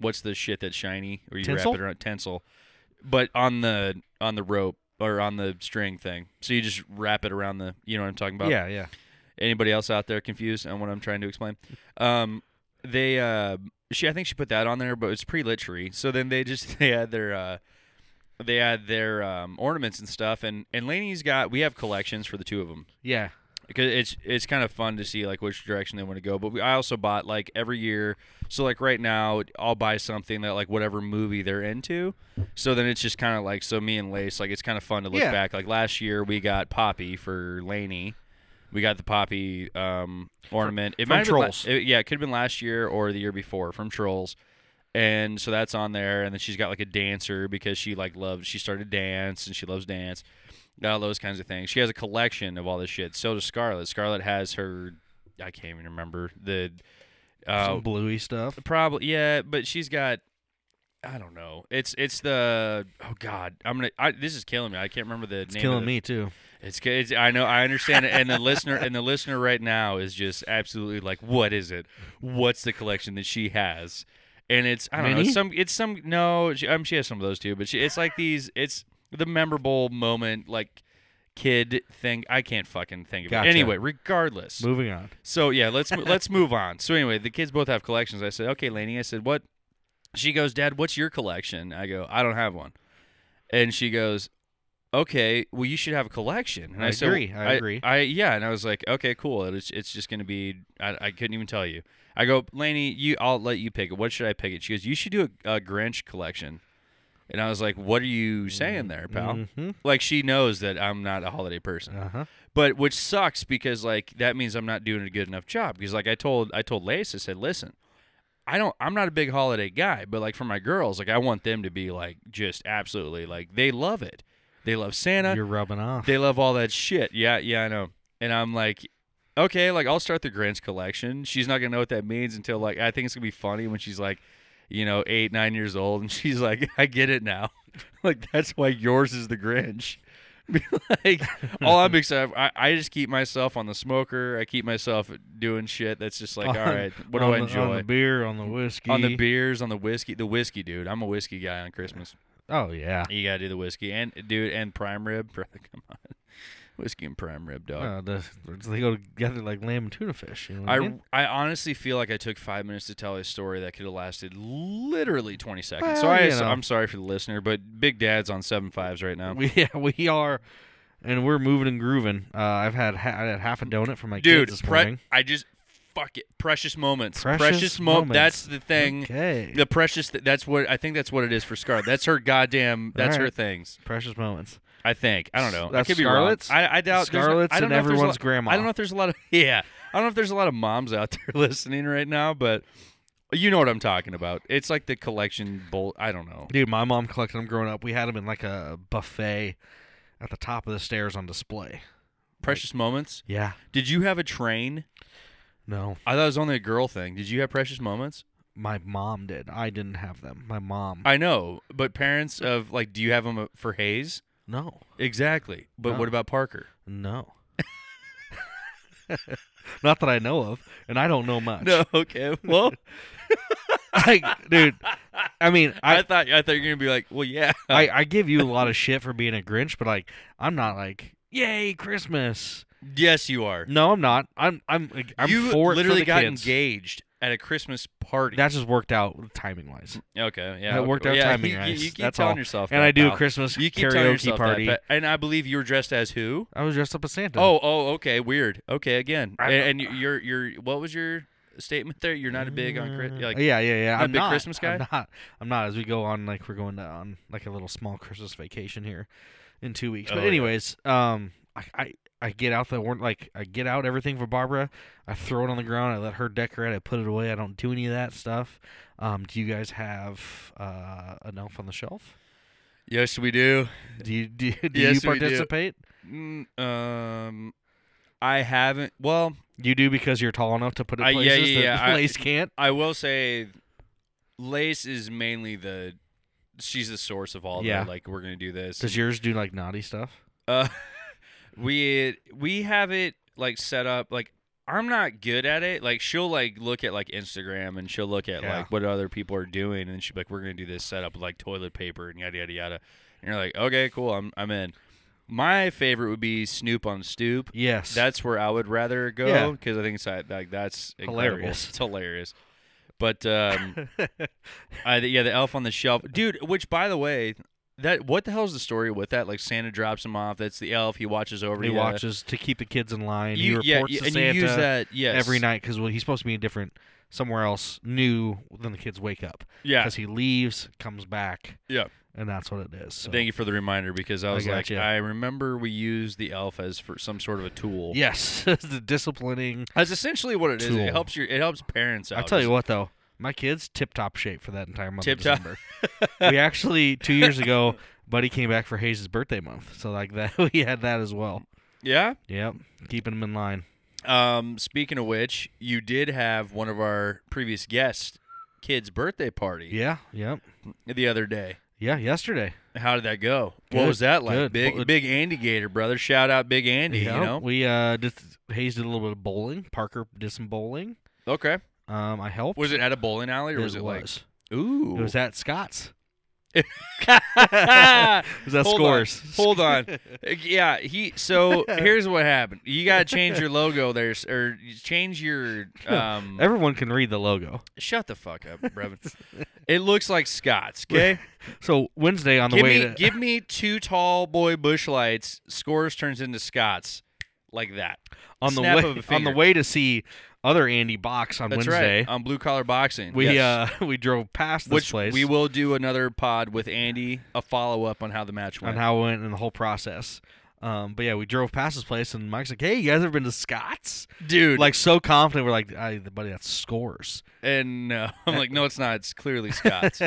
what's the shit that's shiny or you Tinsel? wrap it around tinsel, but on the on the rope or on the string thing. So you just wrap it around the, you know what I'm talking about? yeah, yeah. anybody else out there confused on what I'm trying to explain. Um, they uh, she I think she put that on there, but it's pre lit tree. So then they just they had their uh, they had their um, ornaments and stuff, and and Laney's got we have collections for the two of them Yeah. because it's it's kind of fun to see like which direction they want to go. But we, I also bought like every year, so like right now I'll buy something that like whatever movie they're into. So then it's just kind of like so me and Lace like it's kind of fun to look Yeah. back. Like last year we got Poppy for Laney. We got the poppy um, ornament. it from might have been la- Trolls. it- yeah, it could have been last year or the year before from Trolls. And so that's on there. And then she's got like a dancer because she like loves. She started dance and she loves dance all those kinds of things. She has a collection of all this shit. So does Scarlett. Scarlett has her. I can't even remember the. Uh, Some bluey stuff. probably yeah, but she's got. I don't know. It's it's the oh god. I'm gonna. I, this is killing me. I can't remember the It's name. killing of the, me too. It's, ki- it's I know. I understand it. And the listener and the listener right now is just absolutely like, what is it? What's the collection that she has? And it's I don't know. Mini? It's some. It's some. No, she, um, she has some of those too. But she, it's like these. It's the memorable moment, like kid thing. I can't fucking think of Gotcha. it. Anyway, regardless. Moving on. So yeah, let's mo- let's move on. So anyway, the kids both have collections. I said, okay, Laney. I said, what? She goes, Dad, what's your collection? I go, I don't have one. And she goes, okay, well, you should have a collection. And I I, said, agree, I agree. I yeah, and I was like, okay, cool. It's it's just gonna be. I, I couldn't even tell you. I go, Laney, you. I'll let you pick it. What should I pick? It. She goes, you should do a, a Grinch collection. And I was like, "What are you saying there, pal?" Mhm. Like she knows that I'm not a holiday person. Uh-huh. But which sucks because like that means I'm not doing a good enough job because like I told I told Lace I said, "Listen, I don't I'm not a big holiday guy, but like for my girls, like I want them to be like just absolutely like they love it. They love Santa. You're rubbing off. They love all that shit. Yeah, yeah, I know. And I'm like, okay, like I'll start the Grinch collection. She's not gonna know what that means until like I think it's gonna be funny when she's like, you know, eight, nine years old, and she's like, I get it now. like that's why yours is the Grinch. like all I'm excited, I, I just keep myself on the smoker. I keep myself doing shit that's just like, On- all right, what do on I the- On enjoy? the beer, on the whiskey. on the beers, on the whiskey, the whiskey, dude. I'm a whiskey guy on Christmas. Oh yeah. You gotta do the whiskey and dude and prime rib, brother. Come on, whiskey and prime rib, dog. Uh, the, they go together like lamb and tuna fish. You know what I, I, mean? I honestly feel like I took five minutes to tell a story that could have lasted literally 20 seconds. so Well, I, you know. I'm sorry for the listener, but Big Dad's on seven fives right now. we, yeah, we are, and we're moving and grooving. Uh, I've had ha- I had half a donut for my Dude, kids this pre- morning. I just fuck it. Precious moments. Precious mo- moments. That's the thing. Okay. The precious. Th- that's what I think. That's what it is for Scarlett. That's her goddamn. That's her Alright. things. Precious moments. I think. I don't know. That's I could be Scarlett's? wrong. I, I doubt. there's- Scarlett's I don't and know if there's a everyone's lot- grandma. I don't know if there's a lot of yeah. I don't know if there's a lot of moms out there listening right now, but you know what I'm talking about. It's like the collection bowl. I don't know. Dude, my mom collected them growing up. We had them in like a buffet at the top of the stairs on display. Precious moments. Yeah. Did you have a train? No, I thought it was only a girl thing. Did you have precious moments? my mom did. I didn't have them. My mom. I know, but parents of like, do you have them for Hayes? no. Exactly. But No. what about Parker? No. Not that I know of, and I don't know much. Okay. Well, Like, dude. I mean, I, I, thought I thought you were gonna be like, well, yeah. I I give you a lot of shit for being a Grinch, but like, I'm not like, yay Christmas. yes, you are. No, I'm not. I'm I'm I'm you for it for literally the got kids. engaged at a Christmas party. That just worked out timing wise, okay, yeah, That okay. worked out yeah, timing you, you- wise. You keep That's telling all. yourself, and that, I do pal. a Christmas You keep telling karaoke yourself that, party. pa- and I believe you were dressed as who? I was dressed up as Santa. Oh, oh, okay, weird. Okay, again, I- and, and you're you're what was your statement there? You're not a big on Chris. Like, Uh, yeah, yeah, yeah. not a I'm big not. Christmas guy? I'm not. I'm not. As we go on, like we're going to, on like a little small Christmas vacation here in two weeks. Oh, But yeah. anyways, um, I, I I get out the warrant. Like I get out everything for Barbara. I throw it on the ground. I let her decorate. I put it away. I don't do any of that stuff. Um, do you guys have uh, an elf on the shelf? yes, we do. Do you do, do Yes, you we do. participate? Mm, um, I haven't. Well, You do because you're tall enough to put it I- yeah, places yeah, that yeah, I- Lace can't. I will say, Lace is mainly the. She's the source of all Yeah. the like we're gonna do this. Does yours do like naughty stuff? Uh, we we have it like set up like I'm not good at it. Like she'll like look at like Instagram and she'll look at Yeah. like what other people are doing and she'll be like we're gonna do this setup with like toilet paper and yada yada yada. And you're like okay cool I'm I'm in. My favorite would be Snoop on Stoop. Yes. That's where I would rather go Yeah. because I think it's like like, that's incredible. Hilarious. It's hilarious. But um, I, yeah, the elf on the shelf, dude. Which, by the way, that what the hell's the story with that? Like Santa drops him off. That's the elf. He watches over. He you. watches to keep the kids in line. he You, reports yeah, yeah, to and Santa you use that yes. every night because well, he's supposed to be in different somewhere else new than the kids wake up Yeah. because he leaves, comes back. Yeah. and that's what it is. So. Thank you for the reminder because I I was like, gotcha. I remember we used the elf as for some sort of a tool. Yes, the disciplining. that's essentially what it is. It Tool. helps your it helps parents out. I tell you what though, my kids tip top shape for that entire month. tip of top. December. we actually two years ago, Buddy came back for Hayes' birthday month, so like that we had that as well. yeah. Yep, keeping them in line. Um, speaking of which, you did have one of our previous guests' kids' birthday party Yeah, yep, the other day. yeah. Yesterday, How did that go? what Good, was that like? good. Big Well, it- big Andy Gator, brother. Shout out Big Andy, Yep, you know. we uh, did, Hayes did a little bit of bowling. Parker did some bowling. Okay. Um, I helped. Was it at a bowling alley or was it like was. ooh? It was at Scott's. that It was at Hold on. Scores. Hold on. yeah, he so here's what happened. You got to change your logo there s- or change your um Everyone can read the logo. shut the fuck up, Brevin. it looks like Scott's, okay? So Wednesday on the give way me to give me two tall boy bush lights. Scores turns into Scott's like that. on the snap of way a on the finger. way to see other Andy Box on That's Wednesday. right. On blue collar boxing. We yes. uh we drove past this which place we will do another pod with Andy, a follow up on how the match on went. how it went and the whole process. Um, but yeah, we drove past this place and Mike's like, "Hey, you guys ever been to Scott's?" Dude, Like so confident, we're like, "I, buddy, that's Scores." and uh, I'm like, no, it's not. It's clearly Scott's.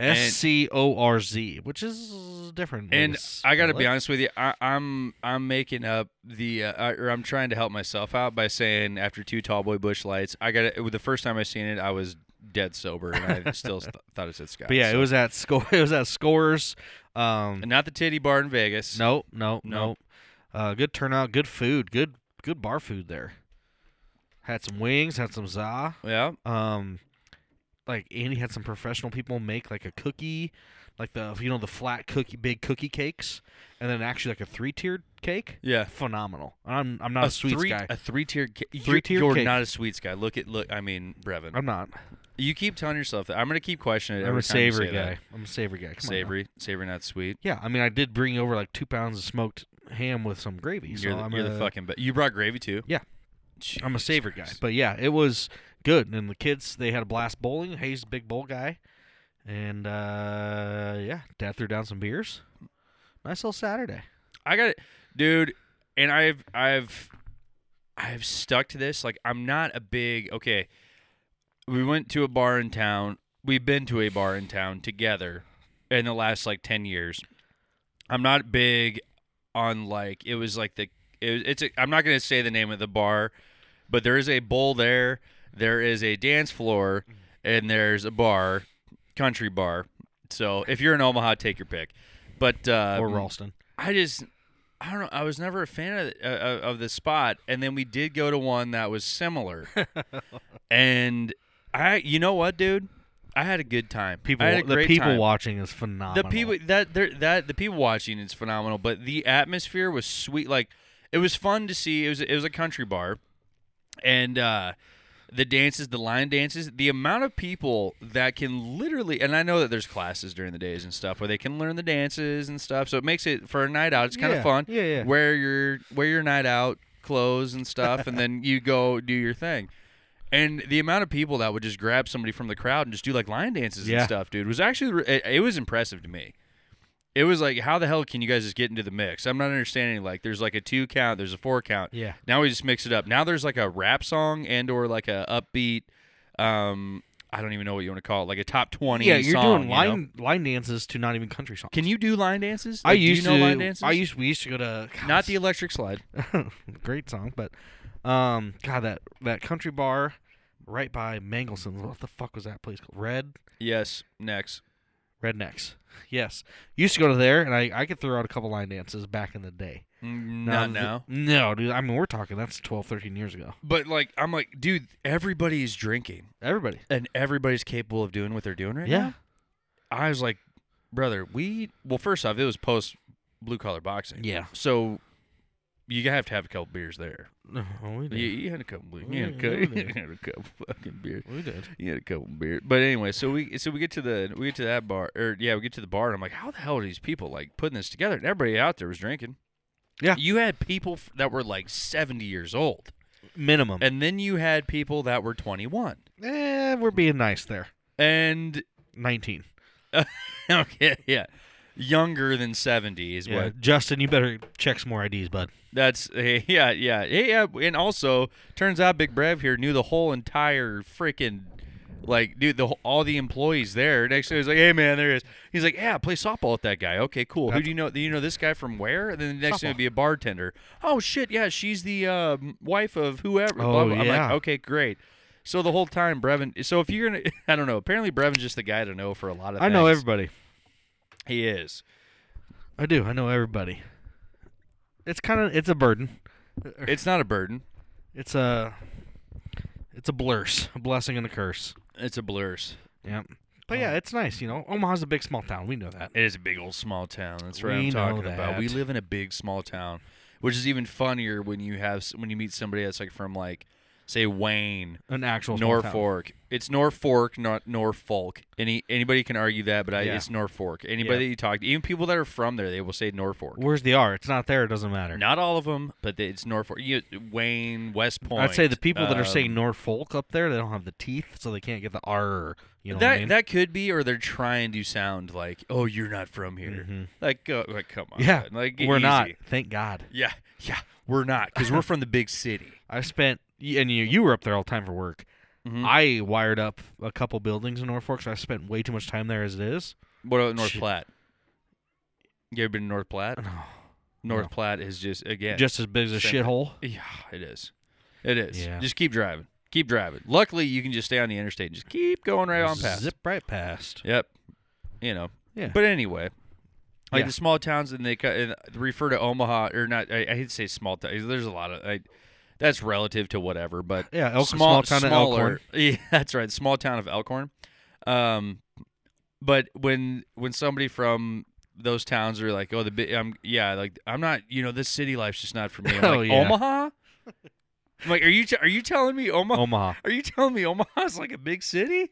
S C O R Z, which is different. way and to I got to spell be it. honest with you, I, I'm I'm making up the uh, I- or I'm trying to help myself out by saying after two tall boy bush lights, I got it. The first time I seen it, I was dead sober, and I still th- thought it said Scott. But yeah, it was at score. It was at Scores. Um, not the titty bar in Vegas. no, no, no. No. Uh, good turnout, good food, good good bar food there. Had some wings, had some za. Yeah. um like Andy had some professional people make like a cookie, like the you know the flat cookie big cookie cakes, and then actually like a three tiered cake. Yeah. Phenomenal. I'm I'm not a, sweets three, guy. A three tier. Ca- you're- Three-tiered You're cake. not a sweets guy. Look at look. I mean, Brevin. I'm not. You keep telling yourself that. I'm gonna keep questioning it. I'm every a time you savory say guy. that. I'm a savory guy. Come on now. Savory, savory, not sweet. Yeah, I mean I did bring over like two pounds of smoked ham with some gravy. So You're, the, I'm you're a, the fucking. But you brought gravy too. Yeah. Jeez I'm a savory guy. Christ. But yeah, it was good. And the kids they had a blast bowling. Hayes the big bowl guy, and uh yeah, dad threw down some beers. Nice little Saturday. I got it, dude. And I've I've I've stuck to this. Like I'm not a big okay. We went to a bar in town. We've been to a bar in town together in the last like ten years. I'm not big on like it was like the it, was- it's. A, I'm not gonna say the name of the bar, but there is a bowl there. There is a dance floor, and there's a bar, country bar. So if you're in Omaha, take your pick. But uh, or Ralston. I just I don't know. I was never a fan of uh, of the spot, and then we did go to one that was similar, and I you know what, dude, I had a good time. People, I had a the great people time. watching is the phenomenal. people that there that the people watching is phenomenal, but the atmosphere was sweet. Like it was fun to see. It was it was a country bar, and uh, the dances, the line dances, the amount of people that can literally, and I know that there's classes during the days and stuff where they can learn the dances and stuff. So it makes it for a night out. It's kind Yeah, of fun. yeah, yeah. Wear your wear your night out clothes and stuff, and then you go do your thing. And the amount of people that would just grab somebody from the crowd and just do like line dances Yeah. and stuff, dude, was actually it, it was impressive to me. It was like, how the hell can you guys just get into the mix? I'm not understanding. Like, there's like a two count, there's a four count. Yeah. Now we just mix it up. Now there's like a rap song and or like a upbeat. Um, I don't even know what you want to call it, like a top twenty. yeah, you're song, doing you know? line line dances to not even country songs. Can you do line dances? I Like, used do you know to. line dances. I used we used to go to God, not the electric slide. great song, but um, God, that that country bar right by Mangelson's. What the fuck was that place called? Red Yes. Next. Rednecks. Yes, used to go to there, and I I could throw out a couple line dances back in the day. Mm, Now Not th- now. No, dude. I mean, we're talking that's 12, 13 years ago. But like, I'm like, dude, everybody is drinking Everybody. and everybody's capable of doing what they're doing right yeah. now. I was like, brother, we. Well, first off, it was post blue collar boxing. Yeah. So you have to have a couple beers there. Oh, we did. You, you had a couple. You had a Yeah, couple. yeah. You had a couple fucking beers. We did. You had a couple beers. But anyway, so we so we get to the we get to that bar or yeah we get to the bar and I'm like, how the hell are these people like putting this together? And everybody out there was drinking. Yeah. You had people f- that were like 70 years old, Minimum. and then you had people that were 21. Eh, we're being nice there. And 19. okay, yeah, younger than 70 is what Justin, you better check some more IDs, bud. That's eh, yeah, yeah, yeah, yeah. And also, turns out Big Brev here knew the whole entire freaking like dude, the whole- all the employees there. Next day, he was like, "Hey man, there he is." He's like, "Yeah, I play softball with that guy." Okay, cool. Who That's- do you know? Do you know this guy from where? And then the next thing Softball. would be a bartender. Oh shit, yeah, she's the um, wife of whoever. blah, Oh, blah. I'm like, yeah. okay, great. So the whole time, Brevin. So if you're gonna, I don't know. Apparently, Brevin's just the guy to know for a lot of. I know things. everybody. He is. I do. I know everybody. It's kind of it's a burden. It's not a burden. It's a it's a blurs, a blessing and a curse. It's a blurs. Yep. But Oh. yeah, it's nice, you know. Omaha's a big small town. We know that. It is a big old small town. That's what Uh, We I'm talking know about. We that. live in a big small town, which is even funnier when you have s- when you meet somebody that's like from like say Wayne, An actual small town. Norfolk. It's Norfolk, not Norfolk. Any anybody can argue that, but I, Yeah. it's Norfolk. Anybody Yeah. that you talk to, even people that are from there, they will say Norfolk. Where's the R? It's not there. It doesn't matter. Not all of them, but they, it's Norfolk. You, Wayne, West Point. I'd say the people that are um, saying Norfolk up there, they don't have the teeth, so they can't get the R. You know that what I mean? that could be, or they're trying to sound like, "Oh, you're not from here." Mhm. Like, uh, like, come on, yeah, man. like get we're not. easy. Thank God. Yeah, yeah, we're not because we're from the big city. I spent y- and you you were up there all the time for work. Mhm. I wired up a couple buildings in Norfolk, so I spent way too much time there as it is. What about North Shit. Platte? You ever been to North Platte? No. North No. Platte is Uh-huh. just again, Just as big as a Same. shithole. yeah, it is, it is. Yeah. Just keep driving, keep driving. Luckily, you can just stay on the interstate and just keep going right on past. Zip right past. Yep, you know. Yeah. But anyway, like Yeah. the small towns, and they ca- and refer to Omaha or not. I, I hate to say small towns. There's a lot of I, that's relative to whatever, but Yeah, Elk, small, small town of smaller- Elkhorn. Yeah, that's right. Small town of Elkhorn. Um, but when when somebody from those towns are like, oh, the big, I'm yeah, like I'm not, you know, this city life's just not for me. I'm Oh, like yeah. Omaha. I'm like, are you t- are you telling me Omaha? Omaha. Are you telling me Omaha's like a big city?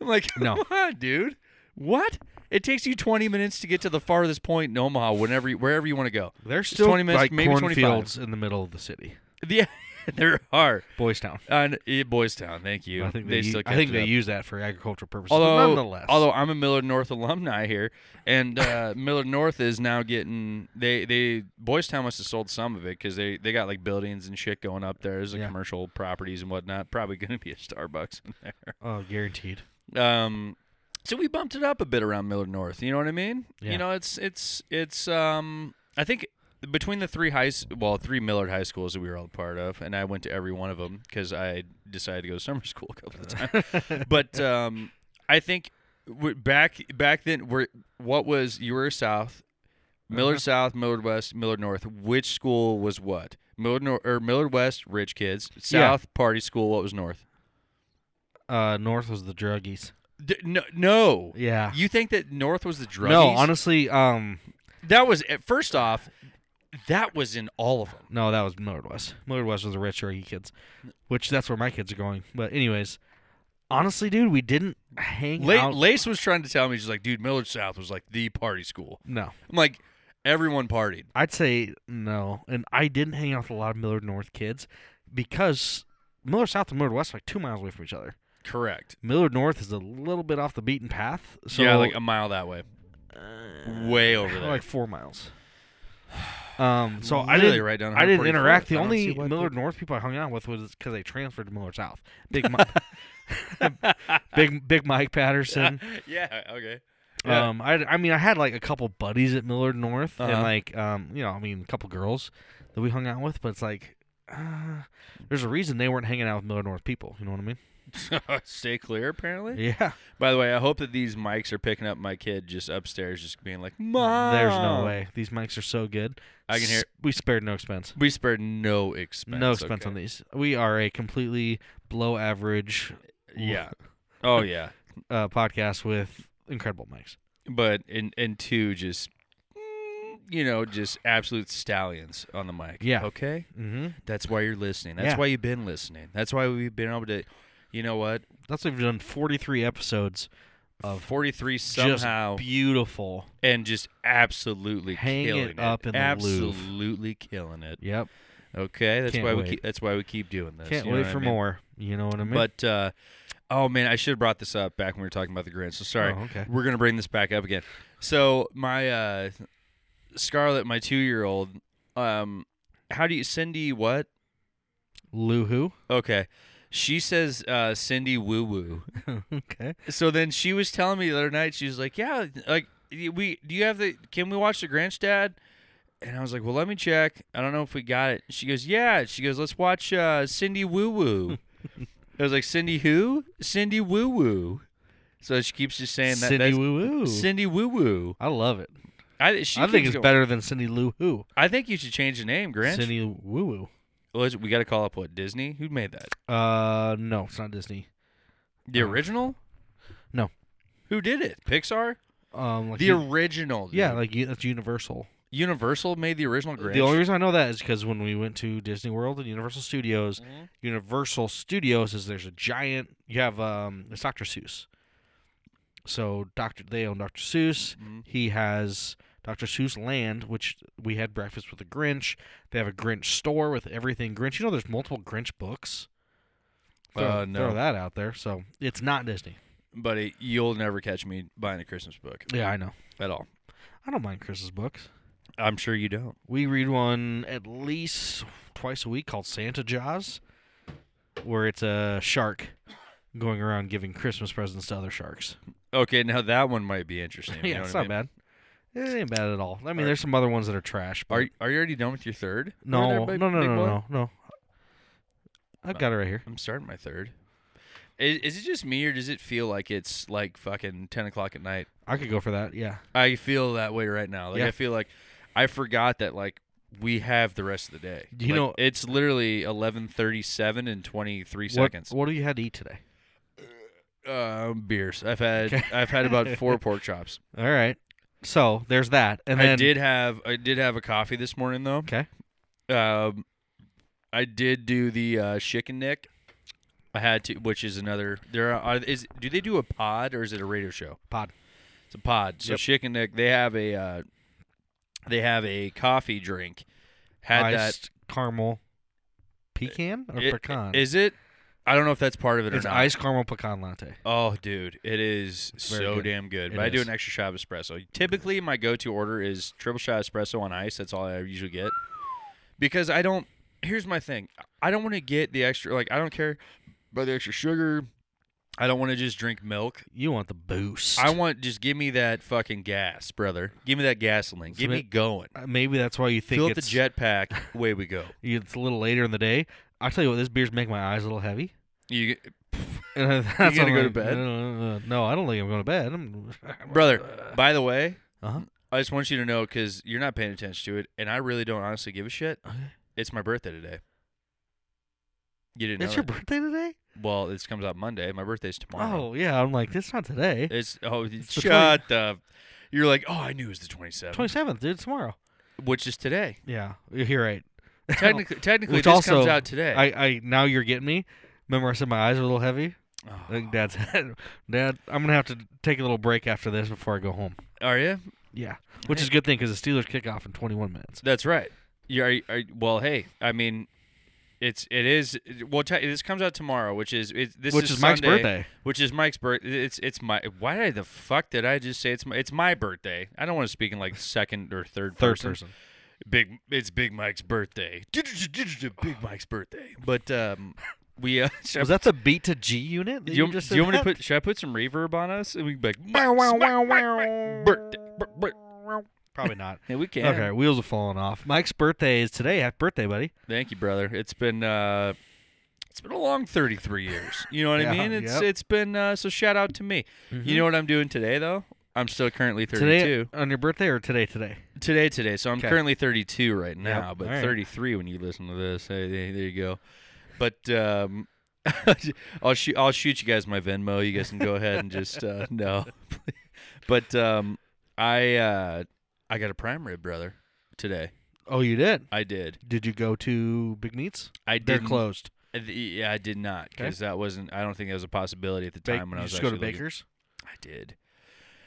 I'm like, come No. on, dude. What? It takes you 20 minutes to get to the farthest point in Omaha, whenever you, wherever you want to go. There's still 20 minutes, like maybe 25. cornfields in the middle of the city. Yeah, there are. Boys Town. On eh, Boys Town, thank you. Uh, I think they, u- still I think kept it they up. use that for agricultural purposes. but although, nonetheless. although I'm a Millard North alumni here, and uh, Millard North is now getting they they Boys Town must have sold some of it because they they got like buildings and shit going up there. There's like Yeah. commercial properties and whatnot. Probably going to be a Starbucks in there. oh, guaranteed. Um, so we bumped it up a bit around Millard North. You know what I mean? Yeah. You know, it's it's it's. Um, I think between the three high, s- well, three Millard high schools that we were all part of, and I went to every one of them because I decided to go to summer school a couple of times. but um, I think w- back back then, were what was you were south. Uh-huh. Millard South, Millard West, Millard North. Which school was what? Millard North or Millard West, rich kids. Yeah. South party school. What was North? Uh, north was the druggies. D- no, no. Yeah. You think that North was the druggies? No, honestly, um, that was eh, first off, that was in all of them. no, that was Millard West. Millard West was the rich druggy kids, which that's where my kids are going. But anyways, honestly, dude, we didn't hang La- out. Lace was trying to tell me she's like, dude, Millard South was like the party school. no, I'm like, everyone partied. I'd say no, and I didn't hang out with a lot of Millard North kids because Millard South and Millard West are like two miles away from each other. Correct. Millard North is a little bit off the beaten path. So yeah, like a mile that way, uh, way over there. like four miles. Um, so I Literally didn't right down. I didn't 144th. interact. The I don't see only why Millard North people I hung out with was because they transferred to Millard South. Big, Mi- big, big Mike Patterson. people- yeah. Okay. Yeah. Um, I, I mean, I had like a couple buddies at Millard North, and Uh-huh. like, um, you know, I mean, a couple girls that we hung out with, but it's like, uh, there's a reason they weren't hanging out with Millard North people. You know what I mean? Stay clear. Apparently. Yeah. By the way, I hope that these mics are picking up my kid just upstairs, just being like, "Mom." There's no way these mics are so good. I can hear. S- We spared no expense. We spared no expense. no expense okay? on these. We are a completely below average Yeah. Oh yeah. uh, podcast with incredible mics. But and and two just mm, you know just absolute stallions on the mic. Yeah. Okay. Mm-hmm. That's why you're listening. That's Yeah. why you've been listening. That's why we've been able to. You know what? That's we've done 43 episodes of 43 somehow just beautiful. and just absolutely Hang it killing it. up in the Louvre. absolutely killing it. Yep. Okay. That's Can't why wait. we keep. That's why we keep doing this. Can't you know wait what I for mean? more. You know what I mean? But uh, oh man, I should have brought this up back when we were talking about the grant. So sorry. Oh, okay. We're gonna bring this back up again. So my uh, Scarlet, my two-year-old. Um, how do you, Cindy? What? Lou who? Okay, she says uh, Cindy woo woo. okay. So then she was telling me the other night. She was like, "Yeah, like we do you have the? Can we watch the Grinch, Dad?" And I was like, "Well, let me check. I don't know if we got it." She goes, "Yeah." She goes, "Let's watch uh, Cindy Woo Woo." I was like, "Cindy who? Cindy Woo Woo." So she keeps just saying that. Cindy that's- Woo Woo. Cindy Woo Woo. I love it. I, she I think keeps it's go- better than Cindy Lou who. I think you should change the name, Grinch. Cindy Woo Woo. Well, is- we got to call up what Disney? Who made that? Uh, no, it's not Disney. The Uh, original? no. Who did it? Pixar? Um, like The you- original. Um, yeah, dude. like you- that's Universal. Universal made the original Grinch. The only reason I know that is because when we went to Disney World and Universal Studios, Mhm. Universal Studios is there's a giant. You have um, it's Dr. Seuss. So Dr. They own Dr. Seuss. Mhm. He has Dr. Seuss Land, which we had breakfast with the Grinch. They have a Grinch store with everything Grinch. You know, there's multiple Grinch books. Throw, Uh, no. throw that out there. So it's not Disney. Buddy, you'll never catch me buying a Christmas book Yeah, I know. at all. I don't mind Chris's books. I'm sure you don't. We read one at least twice a week called Santa Jaws, where it's a shark going around giving Christmas presents to other sharks. Okay, now that one might be interesting. you yeah, know it's what I not mean? bad. It ain't bad at all. I mean, Are- there's some other ones that are trash. But Are are you already done with your third? no, Over there, big- no, no, big no, boy? no, no. I've got it right here. I'm starting my third. Is, is it just me or does it feel like it's like fucking ten o'clock at night? I could go for that. Yeah. I feel that way right now. Like Yeah. I feel like I forgot that like we have the rest of the day. You Like, know- it's literally eleven thirty-seven and twenty-three seconds. What, what do you had to eat today? Uh, beers. I've had Okay. I've had about four pork chops. All right. So there's that, and I then did have I did have a coffee this morning though. Okay. Um, I did do the uh, chicken neck. I had to, which is another. There are is do they do a pod or is it a radio show? Pod. It's a pod. So Yep. chicken neck. They have a uh, they have a coffee drink. Had that iced caramel pecan or It- pecan. Is it? I don't know if that's part of it it's or not. iced caramel pecan latte. Oh, dude, it is It's very so good. damn good. It But I do is. an extra shot of espresso. Typically, my go-to order is triple shot espresso on ice. That's all I usually get because I don't. Here's my thing: I don't want to get the extra. Like, I don't care about the extra sugar. I don't want to just drink milk. You want the boost? I want just give me that fucking gas, brother. Give me that gasoline. So Give me may- going. Uh, Maybe that's why you think Fill up the it's, jetpack. Away we go. it's a little later in the day. I tell you what, this beer's making my eyes a little heavy. You, And that's gonna I'm go like, to bed? "Uh, uh, uh, No, I don't think I'm going to bed. I'm, Uh, brother. By the way, Uh-huh. I just want you to know because you're not paying attention to it, and I really don't honestly give a shit. It's my birthday today. You didn't. It's know your birthday today? that. well, this comes out Monday. My birthday's tomorrow. Oh yeah, I'm like it's not today. it's oh, It's the shut the. You're like, oh, I knew it was the 27th, 27th, dude. It's tomorrow. which is today. Yeah, you're right. Technically, technically, Which this comes also- out today. I, I now you're getting me. Remember I said my eyes are a little heavy. Oh, I think Dad's Dad. I'm gonna have to take a little break after this before I go home. are you? Yeah, which is a good thing because the Steelers kick off in 21 minutes. That's right. You are, are. Well, hey, I mean, it's it is. Well, te- this comes out tomorrow, which is it, this which is, is, Mike's Sunday. birthday. which is Mike's birthday. It's it's my why did I, the fuck did I just say it's my it's my birthday? I don't want to speak in like second or third Third person. person. Big it's Big Mike's birthday. Big Mike's birthday. But um, we uh, should Was I, that the beat to G unit? do that you, just do you said want me to that? put should I put some reverb on us and we can be like Wow, wow, Mike's wow, wow. birthday. Bir- bir- Probably not. Yeah, we can. Okay, wheels are falling off. Mike's birthday is today. Happy birthday, buddy. Thank you, brother. It's been uh, it's been a long 33 years. You know what I Yeah, mean? It's yep. Mm-hmm. it's been uh, so shout out to me. You know what I'm doing today though? I'm still currently 32. Today on your birthday or today today? today today so i'm 'Kay. currently 32 right now but all right. 33 when you listen to this hey, there there you go but um i'll shoot i'll shoot you guys my venmo you guys can go ahead and just uh no but um i uh i got a prime rib brother today Oh, you did. i did Did you go to Big Meats? i They're did closed. yeah i did not because that wasn't i don't think that was a possibility at the Ba- time when you i was just go to actually looking. Baker's. i did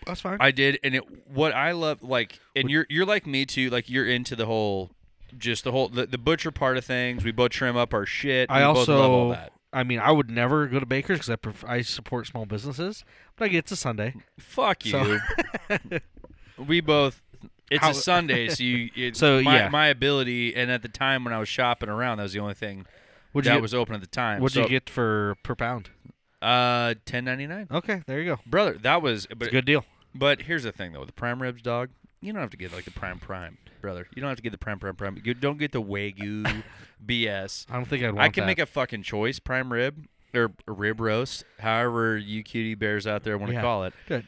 That's fine. I did, and it what I love like, and you're you're like me too. Like you're into the whole, just the whole the, the butcher part of things. We both trim up our shit. I we both love all also, that. I mean, I would never go to Baker's because I pref- I support small businesses, but I get it's a Sunday. Fuck you. So- we both. It's How- a Sunday, so you. It, So, my, yeah. my ability, and at the time when I was shopping around, that was the only thing What'd that you was open at the time. What'd So, you get for per pound? Uh, ten ninety nine, Okay, there you go. brother. That was, It's a but good deal. but here's the thing though, with the prime ribs, dog. You don't have to get like the prime prime, brother. You don't have to get the prime prime prime. You don't get the wagyu BS. I don't think I'd want I can make a fucking choice, prime rib or rib roast, however you cutie bears out there want to Yeah. call it. Good.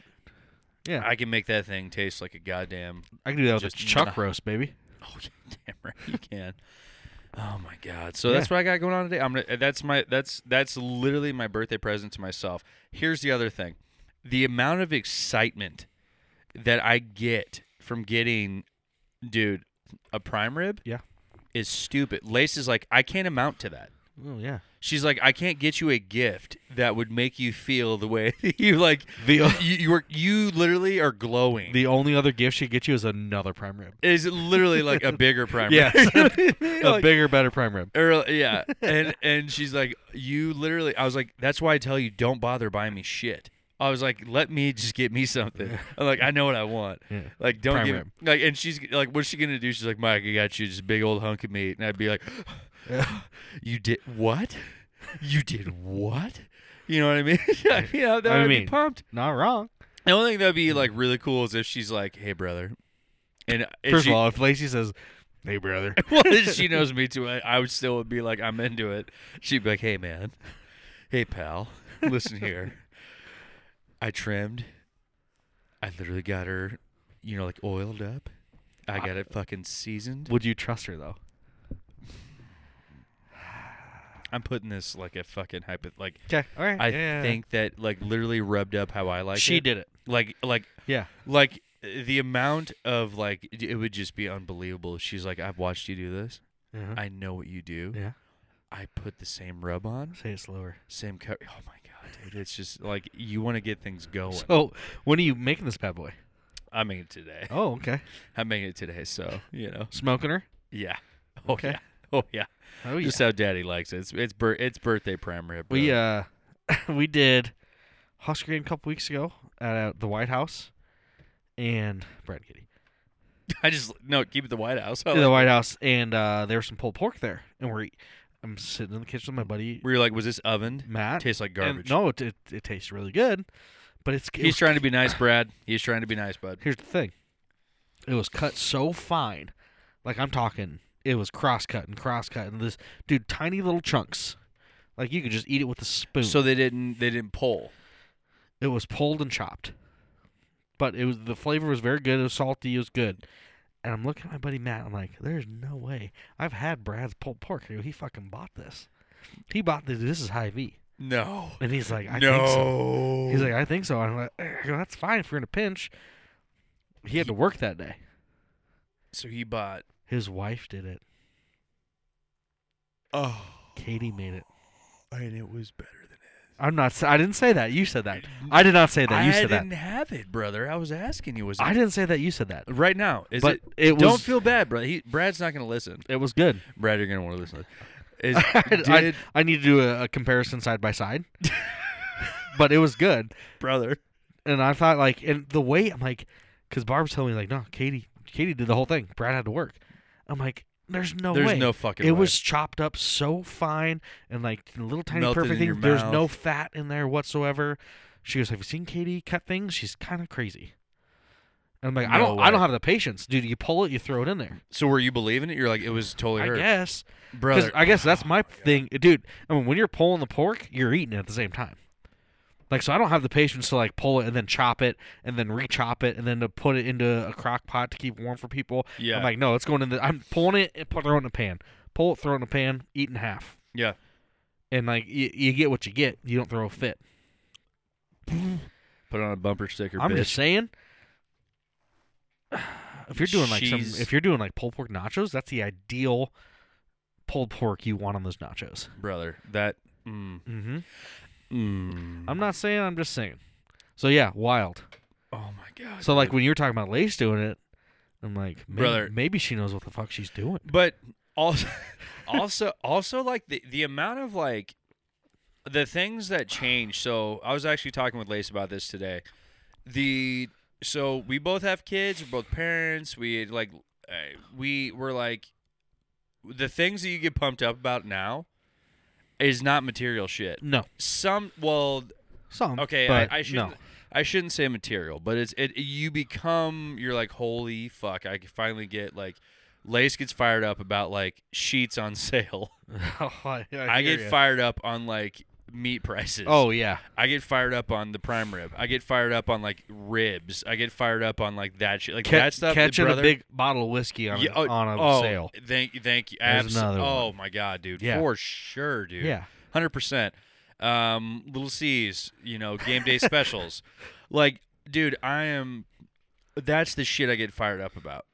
Yeah, I, I can make that thing taste like a goddamn. can do that with a just chuck not- roast, baby. Oh yeah, damn right you can. Oh my god! So that's what I got going on today. I'm gonna. uh, That's my. That's that's literally my birthday present to myself. Here's the other thing: the amount of excitement that I get from getting dude, a prime rib, Yeah. is stupid. Lace is like, I can't amount to that. Oh yeah. She's like, I can't get you a gift that would make you feel the way you like. The You you, are, you literally are glowing. the only other gift she get you is another prime rib. is literally like a bigger prime Yeah, rib. a Like- bigger, better prime rib. Earl- yeah, and and she's like, you literally. I was like, that's why I tell you, don't bother buying me shit. I was like, let me just get me something. I'm like, I know what I want. Yeah. Like, don't Prime give rib. like. And she's like, what's she gonna do? She's like, Mike, I got you just a big old hunk of meat, and I'd be like, you did what? You did what? You know what I mean? I mean, I, that I would be mean- pumped. Not wrong. The only thing that'd be like really cool is if she's like, hey brother, and if First she, of all, if Lacey says, "Hey, brother," well, if she knows me too. I, I would still would be like, I'm into it. She'd be like, Hey, man, hey, pal, listen here. I trimmed. I literally got her, you know, like oiled up. I got it fucking seasoned. would you trust her though? I'm putting this like a fucking hypo. Like Okay. All right. I yeah. think that like literally rubbed up how I like she it. did it. Like like Yeah. like the amount of like it- it would just be unbelievable. if She's like, I've watched you do this. Uh-huh. I know what you do. yeah. I put the same rub on. Say it slower. Same co Oh my god, dude! It's just like you want to get things going. So, when are you making this bad boy? I'm making it today. Oh, okay. I'm making it today. So you know, Smoking her? yeah. Oh Okay. yeah. Oh yeah. Oh yeah. Just how Daddy likes it. It's it's, bir- it's birthday prime rib. we bro. uh, we did Husker game a couple weeks ago at uh, the White House, and Brad Kitty I just no keep it at the White House. I in the like- White House, and uh, there was some pulled pork there, and we're e, I'm sitting in the kitchen with my buddy Were you like, was this oven? Matt. Tastes like Mm. and- garbage. no, it, it it tastes really good, but it's it He's was trying to be nice, Brad. He's trying to be nice, bud. here's the thing it was cut so fine like i'm talking it was cross cut and cross cut and this dude tiny little chunks like you could just eat it with a spoon So they didn't they didn't pull. it was pulled and chopped but it was the flavor was very good it was salty it was good and i'm looking at my buddy matt i'm like there's no way i've had brad's pulled pork I go, he fucking bought this he bought this this is high v No. and he's like i no. think so he's like i think so and i'm like "Eh, that's fine if you're in a pinch he had to work that day so he bought. his wife did it Oh. Katie made it. And it was better than I'm not. s- I didn't say that. You said that. I did not say that. You I said didn't that. have it, brother. I was asking you. Was it I didn't say that. You said that. right now? Is but it? it was. Don't feel bad, brother. He, Brad's not going to listen. It was good. Brad, you're going to want to listen. Is, I, I- did I need to do a, a comparison side by side, but it was good. brother? And I thought like, and the way I'm like, because Barb's telling me like, no, Katie, Katie did the whole thing. Brad had to work. I'm like, there's no There's way. no fucking. it way. was chopped up so fine and like the little tiny Melted perfect in your thing. There's no mouth. fat in there whatsoever. She goes, "Have you seen Katie cut things? She's kind of crazy." And I'm like, "I No don't, I don't way. have the patience, dude. You pull it, you throw it in there. So were you believing it? You're like it was totally I her, guess, 'Cause brother. I guess that's my thing, dude. I mean, when you're pulling the pork, you're eating it at the same time. Like, so I don't have the patience to like pull it and then chop it and then re-chop it and then to put it into a crock pot to keep warm for people. yeah, I'm like, no, it's going in the. I'm pulling it and put throw it in a pan. Pull it, throw it in a pan, eat in half. yeah. and like you, you get what you get. You don't throw a fit. Put on a bumper sticker. I'm bitch. just saying. If you're doing like She's- some, if you're doing like pulled pork nachos, that's the ideal pulled pork you want on those nachos. brother. That. Mm, Mm-hmm. mm. I'm not saying. I'm just saying. So yeah, wild. Oh my god. So like when you were talking about Lace doing it, I'm like, maybe, Brother. maybe she knows what the fuck she's doing. But also, also, also, like the the amount of like the things that change. So I was actually talking with Lace about this today. The so we both have kids. We're both parents. We like uh, we were like the things that you get pumped up about now is not material shit. No, Some well, some. Okay, but I, I shouldn't. No. I shouldn't say material, but it's it. You become you're like holy fuck! I can finally get like, Lace gets fired up about like sheets on sale. Oh, I, I hear get ya. fired up on like meat prices. Oh yeah, I get fired up on the prime rib. I get fired up on like ribs. I get fired up on like that shit. Like Ca- that stuff. catching brother, a big bottle of whiskey on Yeah, a, oh, on a oh, sale. Thank thank you. There's Abs- another one. Oh my god, dude. Yeah. For sure, dude. Yeah, Hundred percent. Um, little C's, you know, game day specials. like, dude, I am. That's the shit I get fired up about.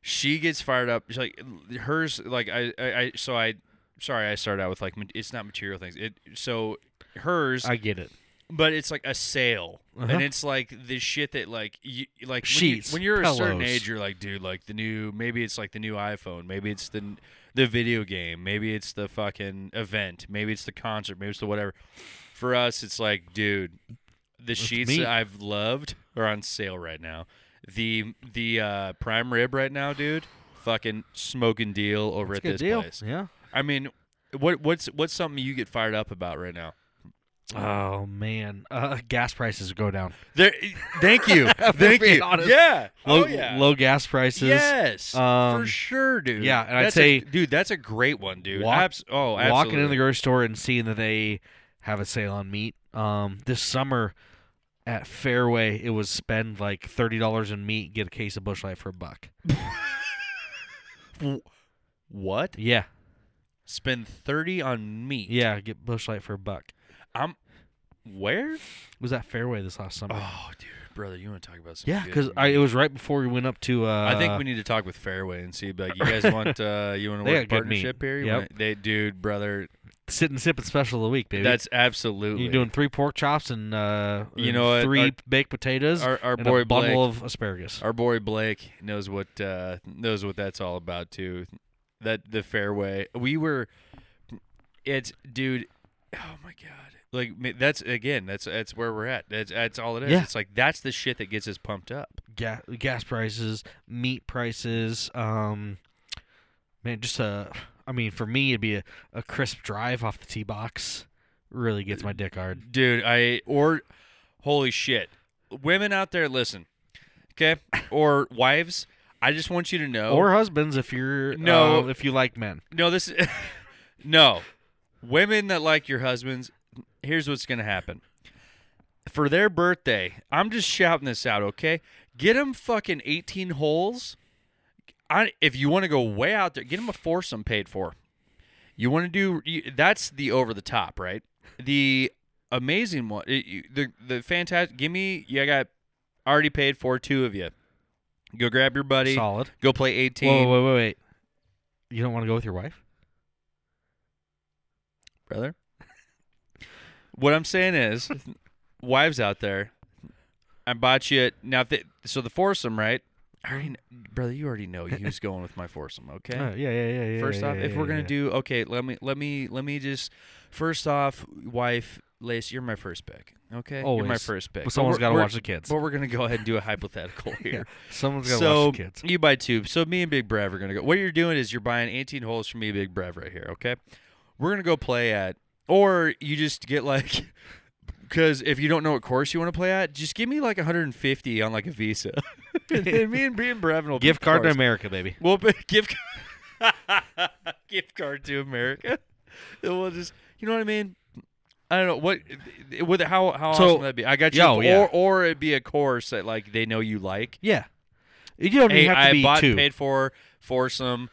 she gets fired up. She's like hers, like I, I, I so I, sorry, I started out with like ma- it's not material things. It so hers, I get it. but it's like a sale, Uh-huh. and it's like the shit that like you like Sheets, when, you, are a certain pillows. age, you're like, dude, like the new maybe it's like the new iPhone, maybe it's the n- the video game, maybe it's the fucking event, maybe it's the concert, maybe it's the whatever. For us, it's like, dude, the sheets me. that I've loved are on sale right now. The the uh, prime rib right now, dude, fucking smoking deal over at Good this deal. place. Yeah. I mean, what what's what's something you get fired up about right now? Oh man, uh, gas prices go down. There, thank you, thank being you. honest. Yeah, Low, oh yeah, low gas prices. yes, Um, for sure, dude. yeah, and I'd That's say- a, dude, that's a great one, dude. Walk- Abs- oh, absolutely. Walking into the grocery store and seeing that they have a sale on meat. Um, this summer at Fairway, it was spend like thirty dollars in meat, get a case of Bush Light for a buck. what? Yeah, Spend thirty on meat. yeah, get Bush Light for a buck. I'm. Where? It was at Fairway this last summer. Oh, dude, brother, you want to talk about some? yeah, good because meat. it was right before we went up to. Uh, I think we need to talk with Fairway and see. Like, you guys want uh, you want to They work got good meat. partnership here? You Yep. wanna- They, dude, brother, sit and sip and special of the week, baby. that's absolutely. you're doing three pork chops and uh, You and know what, three our- baked potatoes our our and boy a Blake. bundle of asparagus. Our boy Blake knows what uh, knows what that's all about too. That the fairway. We were, it's dude. Oh my god! Like ma- that's again. That's that's where we're at. That's that's all it is. Yeah. It's like that's the shit that gets us pumped up. ga- gas prices, meat prices. Um, man, just a. I mean, for me, it'd be a, a crisp drive off the tee box. Really gets my dick hard. Dude, I or holy shit. Women out there listen. Okay? Or wives, I just want you to know Or husbands, if you're Oh. No. uh, if you like men. No, this No. Women that like your husbands, here's what's going to happen. For their birthday, I'm just shouting this out, okay? Get them fucking 18 holes. I, if you want to go way out there, get them a foursome paid for. You want to do you, that's the over the top, right? The amazing one, it- you- the the fantastic. Give me, yeah, I got already paid for two of you. Go grab your buddy. Solid. Go play 18. Whoa, wait, wait, wait. You don't want to go with your wife? brother. what I'm saying is, wives out there, I bought you now. If they, so the foursome, right? I already, kn- brother, you already know who's going with my foursome. Okay. Uh, yeah, yeah, yeah, yeah. first yeah, off, yeah, if yeah, we're gonna yeah. do okay, let me let me let me just. First off, wife, Lace, you're my first pick. Okay, you're my Always. first pick. But someone's got got to watch the kids. But we're gonna go ahead and do a hypothetical Yeah. here. Someone's got to So watch the kids. you buy two. So me and Big Brev are gonna go. What you're doing is you're buying 18 holes for me, and Big Brev, right here. Okay, we're gonna go play at, or you just get like, because if you don't know what course you want to play at, just give me like 150 on like a Visa, and then me and me and Brevin will Gift pick card to course. America, baby. We'll pick gift ca- gift card to America. And we'll just, you know what I mean. I don't know what with how how So- awesome would that be. I got you, Yo, or yeah. or it'd be a course that like they know you like, Yeah. You don't even Hey, have to I be bought, two. paid for, foursome.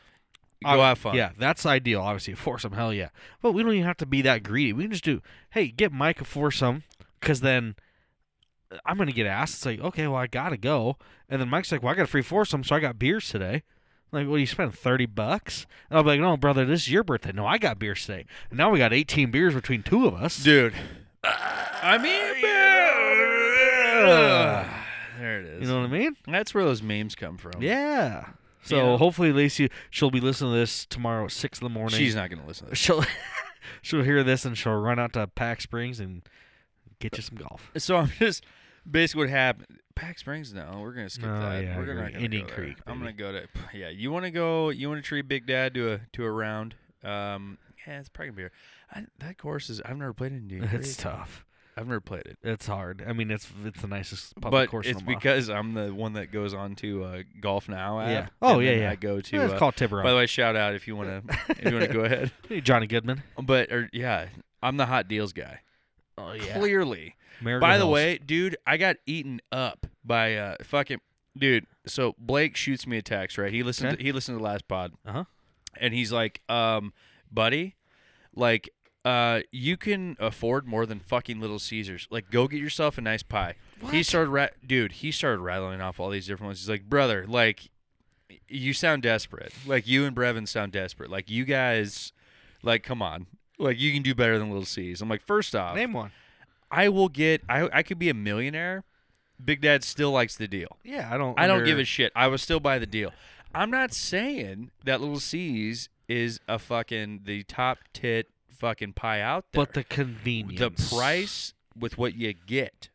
Go Ob- have fun. Yeah, that's ideal. Obviously, a foursome, hell yeah. But we don't even have to be that greedy. We can just do, hey, get Mike a foursome, because then I'm gonna get asked. It's like, okay, well, I gotta go, and then Mike's like, well, I got a free foursome, so I got beers today. I'm like, well, you spent thirty bucks, and I'll be like, no, brother, this is your birthday. No, I got beers today, and now we got eighteen beers between two of us. dude. I mean, Ugh. there it is. You know what I mean? That's where those memes come from. Yeah. So You know? hopefully, Lacey, she'll be listening to this tomorrow at six in the morning. she's not gonna listen to this. she'll she'll hear this and she'll run out to Pack Springs and get you some golf. So I'm just basically what happened. Pack Springs, no, we're gonna skip No, that. yeah, we're you're gonna, right. gonna Indian go Creek, There. I'm gonna baby. go to. Yeah, you want to go? You want to treat Big Dad to a to a round? Um, yeah, it's probably gonna be. here. I, that course is. I've never played Indian Creek. It's tough. I've never played it. It's hard. I mean, it's it's the nicest public but course. in it's Omaha. because I'm the one that goes on to uh, Golf Now app. Yeah. and Oh, yeah, then yeah. I go to. Yeah, it's uh, called by the Tiburon. way, shout out if you want to. if you want to go ahead. Hey, Johnny Goodman. But or yeah, I'm the hot deals guy. Oh Clearly. by the way, dude, I got eaten up by uh fucking dude. So Blake shoots me a text. Right, he listened. Okay. To, he listened to the last pod, Uh-huh. and he's like, um, buddy, like. Uh, you can afford more than fucking Little Caesars. Like, go get yourself a nice pie. He started, ra- dude. He started rattling off all these different ones. He's like, brother, like, you sound desperate. Like you and Brevin sound desperate. Like you guys, like come on, like you can do better than Little C's. I'm like, first off, Name one. I will get. I I could be a millionaire. Big Dad still likes the deal. Yeah, I don't. I don't under- give a shit. I was still buy the deal. I'm not saying that Little C's is a fucking the top tit fucking pie out there. But the convenience. the price with what you get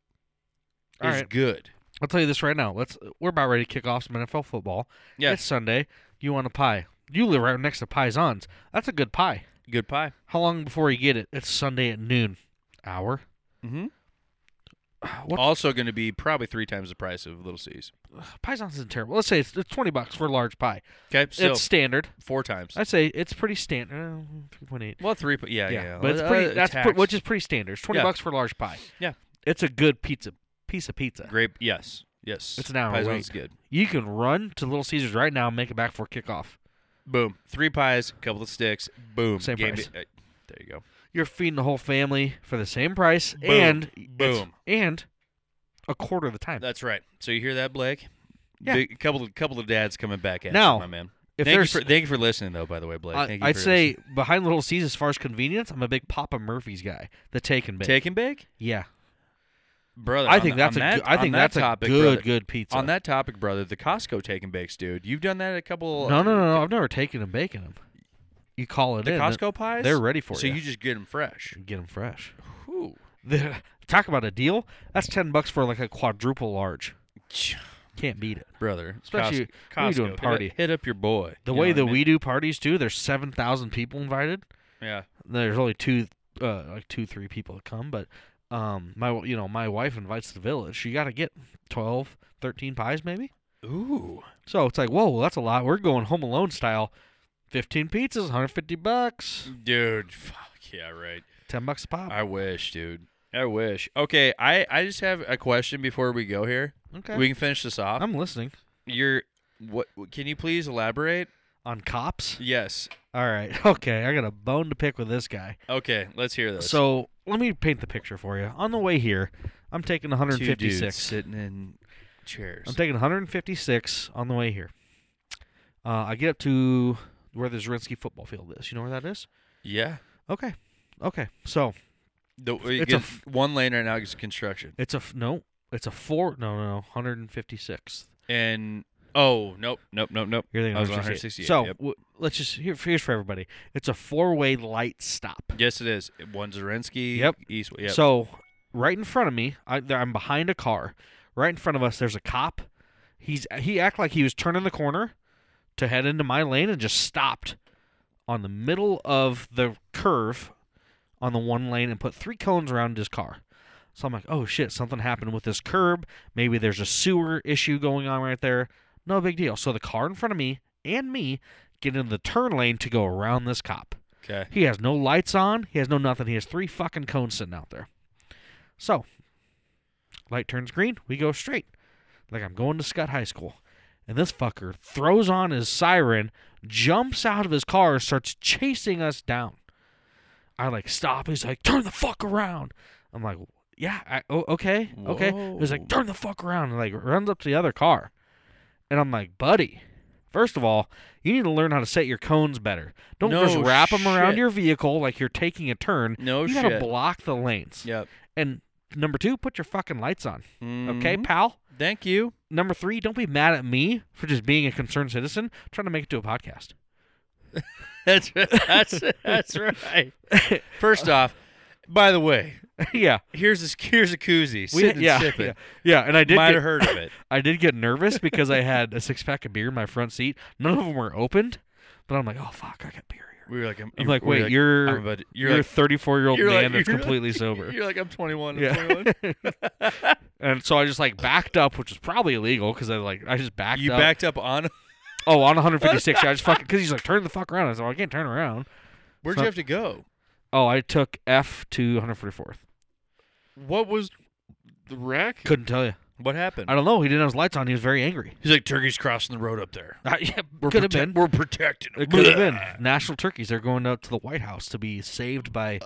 All is right. good. I'll tell you this right now. Let's. We're about ready to kick off some NFL football. It's Yes, Sunday. You want a pie? You live right next to Paisans. That's a good pie. good pie. How long before you get it? It's Sunday at noon. Hour. Mm-hmm. What Also going to be probably three times the price of Little C's. Paisans isn't terrible. Let's say it's, it's twenty bucks for a large pie. Okay, still it's standard. four times. I'd say it's pretty standard. Uh, Three point eight. Well, three. po- Yeah, yeah. yeah. but it's Uh, pretty. that's tax. pre- which is pretty standard. It's twenty Yeah. bucks for a large pie. Yeah. it's a good pizza piece of pizza. grape. Yes, yes. It's an hour Pies wait. one's good. You can run to Little Caesars right now and make it back for kickoff. Boom. Three pies, couple of sticks. Boom. Same Game price. day- uh, there you go. You're feeding the whole family for the same price Boom. and it's- Boom. and a quarter of the time. That's right. So you hear that, Blake? Yeah. Big, couple of couple of dads coming back at Now, you, my man. if thank you, there's- for, thank you for listening, though. By the way, Blake. I, Thank you I'd for say listening. behind Little Caesars, as far as convenience, I'm a big Papa Murphy's guy. The take and bake. take and bake, yeah, brother. I on think the- that's a on that, good, I on think that that's topic, a good brother- good pizza. On that topic, brother, the Costco take and bakes, dude. You've done that a couple. no, no, no, no, I've never taken and baking them. You call it uh, The in, Costco pies. they're ready for so you. you just get them fresh. get them fresh. Whew. The- Talk about a deal. That's ten bucks for like a quadruple large. Can't beat it. brother. Costco, Especially- what are you Costco, doing, hit up- party? Hit up, your boy. The You way know that what I we mean? do parties too, there's seven thousand people invited. yeah, There's only two, uh, like two, three people that come. But um, my you know my wife invites the village. You got to get 12, 13 pies maybe. ooh, So it's like whoa, well, that's a lot. We're going Home Alone style. Fifteen pizzas, 150 bucks, dude, fuck yeah, right. ten bucks a pop. I wish, dude. I wish. Okay, I I just have a question before we go here. Okay, Um, We can finish this off. I'm listening You're what? Can you please elaborate? on cops. Yes. All right, okay, I got a bone to pick with this guy. Okay, let's hear this. So let me paint the picture for you. On the way here, I'm taking Two dudes 156. sitting in chairs. I'm taking 156 on the way here. Uh, I get up to where the Zrinski football field is. You know where that is? yeah. Okay. Okay. So The, It's it's a f- one lane right now is construction. it's a, f- no, it's a four, no, no, no, 156th. And oh nope nope nope nope. You're thinking I was 168, 168. So yep. w- let's just, here, here's for everybody. It's a four way light stop. Yes, it is. One Zerensky. Yep. Eastwood. Yep. So right in front of me, I, there- I'm behind a car. Right in front of us, there's a cop. He's he act like he was turning the corner to head into my lane and just stopped on the middle of the curve on the one lane and put three cones around his car. So I'm like, oh shit, something happened with this curb. Maybe there's a sewer issue going on right there. No big deal. So the car in front of me and me get in the turn lane to go around this cop. okay. He has no lights on. He has no nothing. He has three fucking cones sitting out there. So, light turns green. We go straight. Like I'm going to Scott High School. And this fucker throws on his siren, jumps out of his car, and starts chasing us down. I like stop. He's like, turn the fuck around. I'm like, yeah, I, oh, okay, okay. He's Whoa. like, turn the fuck around. And like runs up to the other car. And I'm like, buddy, first of all, you need to learn how to set your cones better. Don't No just wrap them around shit. your vehicle like you're taking a turn. No you gotta shit. block the lanes. Yep. And number two, put your fucking lights on. Okay, Mhm. pal? Thank you. Number three, don't be mad at me for just being a concerned citizen trying to make it to a podcast. That's that's that's right. First off, by the way, yeah. here's this here's a koozie. Sit and yeah, sip yeah. it. Yeah. And I did Might get, have heard of it. I did get nervous because I had a six pack of beer in my front seat. None of them were opened, but I'm like, oh fuck, I got beer here. We were like, I'm, I'm like, we were wait, you're- I'm about to- you're, You're a like, 34 year old you're man like- that's you're like- completely sober. you're like, I'm 21. I'm Yeah. 21. And so I just like backed up, which is probably illegal because I like I just backed You up. backed up on. oh, on 156. yeah, I just fucking because he's like turn the fuck around. I said, well, I can't turn around. Where'd So- you have to go? Oh, I took F to 144th. What was the wreck? Couldn't tell you. What happened? I don't know. He didn't have his lights on. He was very angry. He's like, turkeys crossing the road up there. Uh, yeah, We're could protect- have been. We're protecting. 'em." It could have been. National turkeys. They're going up to the White House to be saved by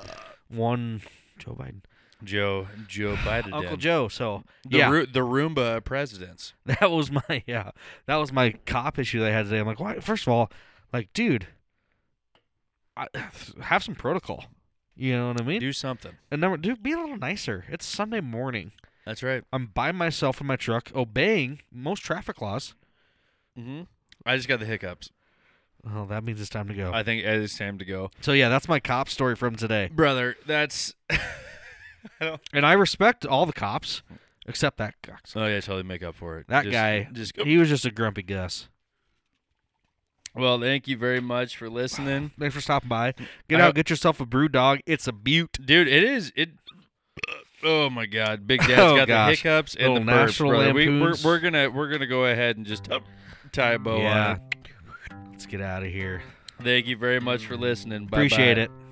one Joe Biden. Joe Joe Biden. Uncle Joe. So The, yeah, Ru- the Roomba presidents. that was my yeah, that was my cop issue they had today. I'm like, why? First of all, like, dude, I, have some protocol. You know what I mean? Do something. And number, dude, be a little nicer. It's Sunday morning. That's right. I'm by myself in my truck, obeying most traffic laws. Mm-hmm. I just got the hiccups. Oh, that means it's time to go. I think it is time to go, so yeah, that's my cop story from today. brother. That's And I respect all the cops except that cops. oh yeah, totally make up for it. That Just- guy, Just he was just a grumpy Gus. well, thank you very much for listening, Thanks for stopping by. Get I- out, get yourself a brew dog. It's a beaut. dude. It is it. Oh my God, Big Dad's Oh, got the gosh. hiccups and Little the burps, National brother. We, we're, Lampoons. we're gonna we're gonna go ahead and just uh, tie a bow on it. Let's get out of here. Thank you very much for listening. Bye-bye. Appreciate it.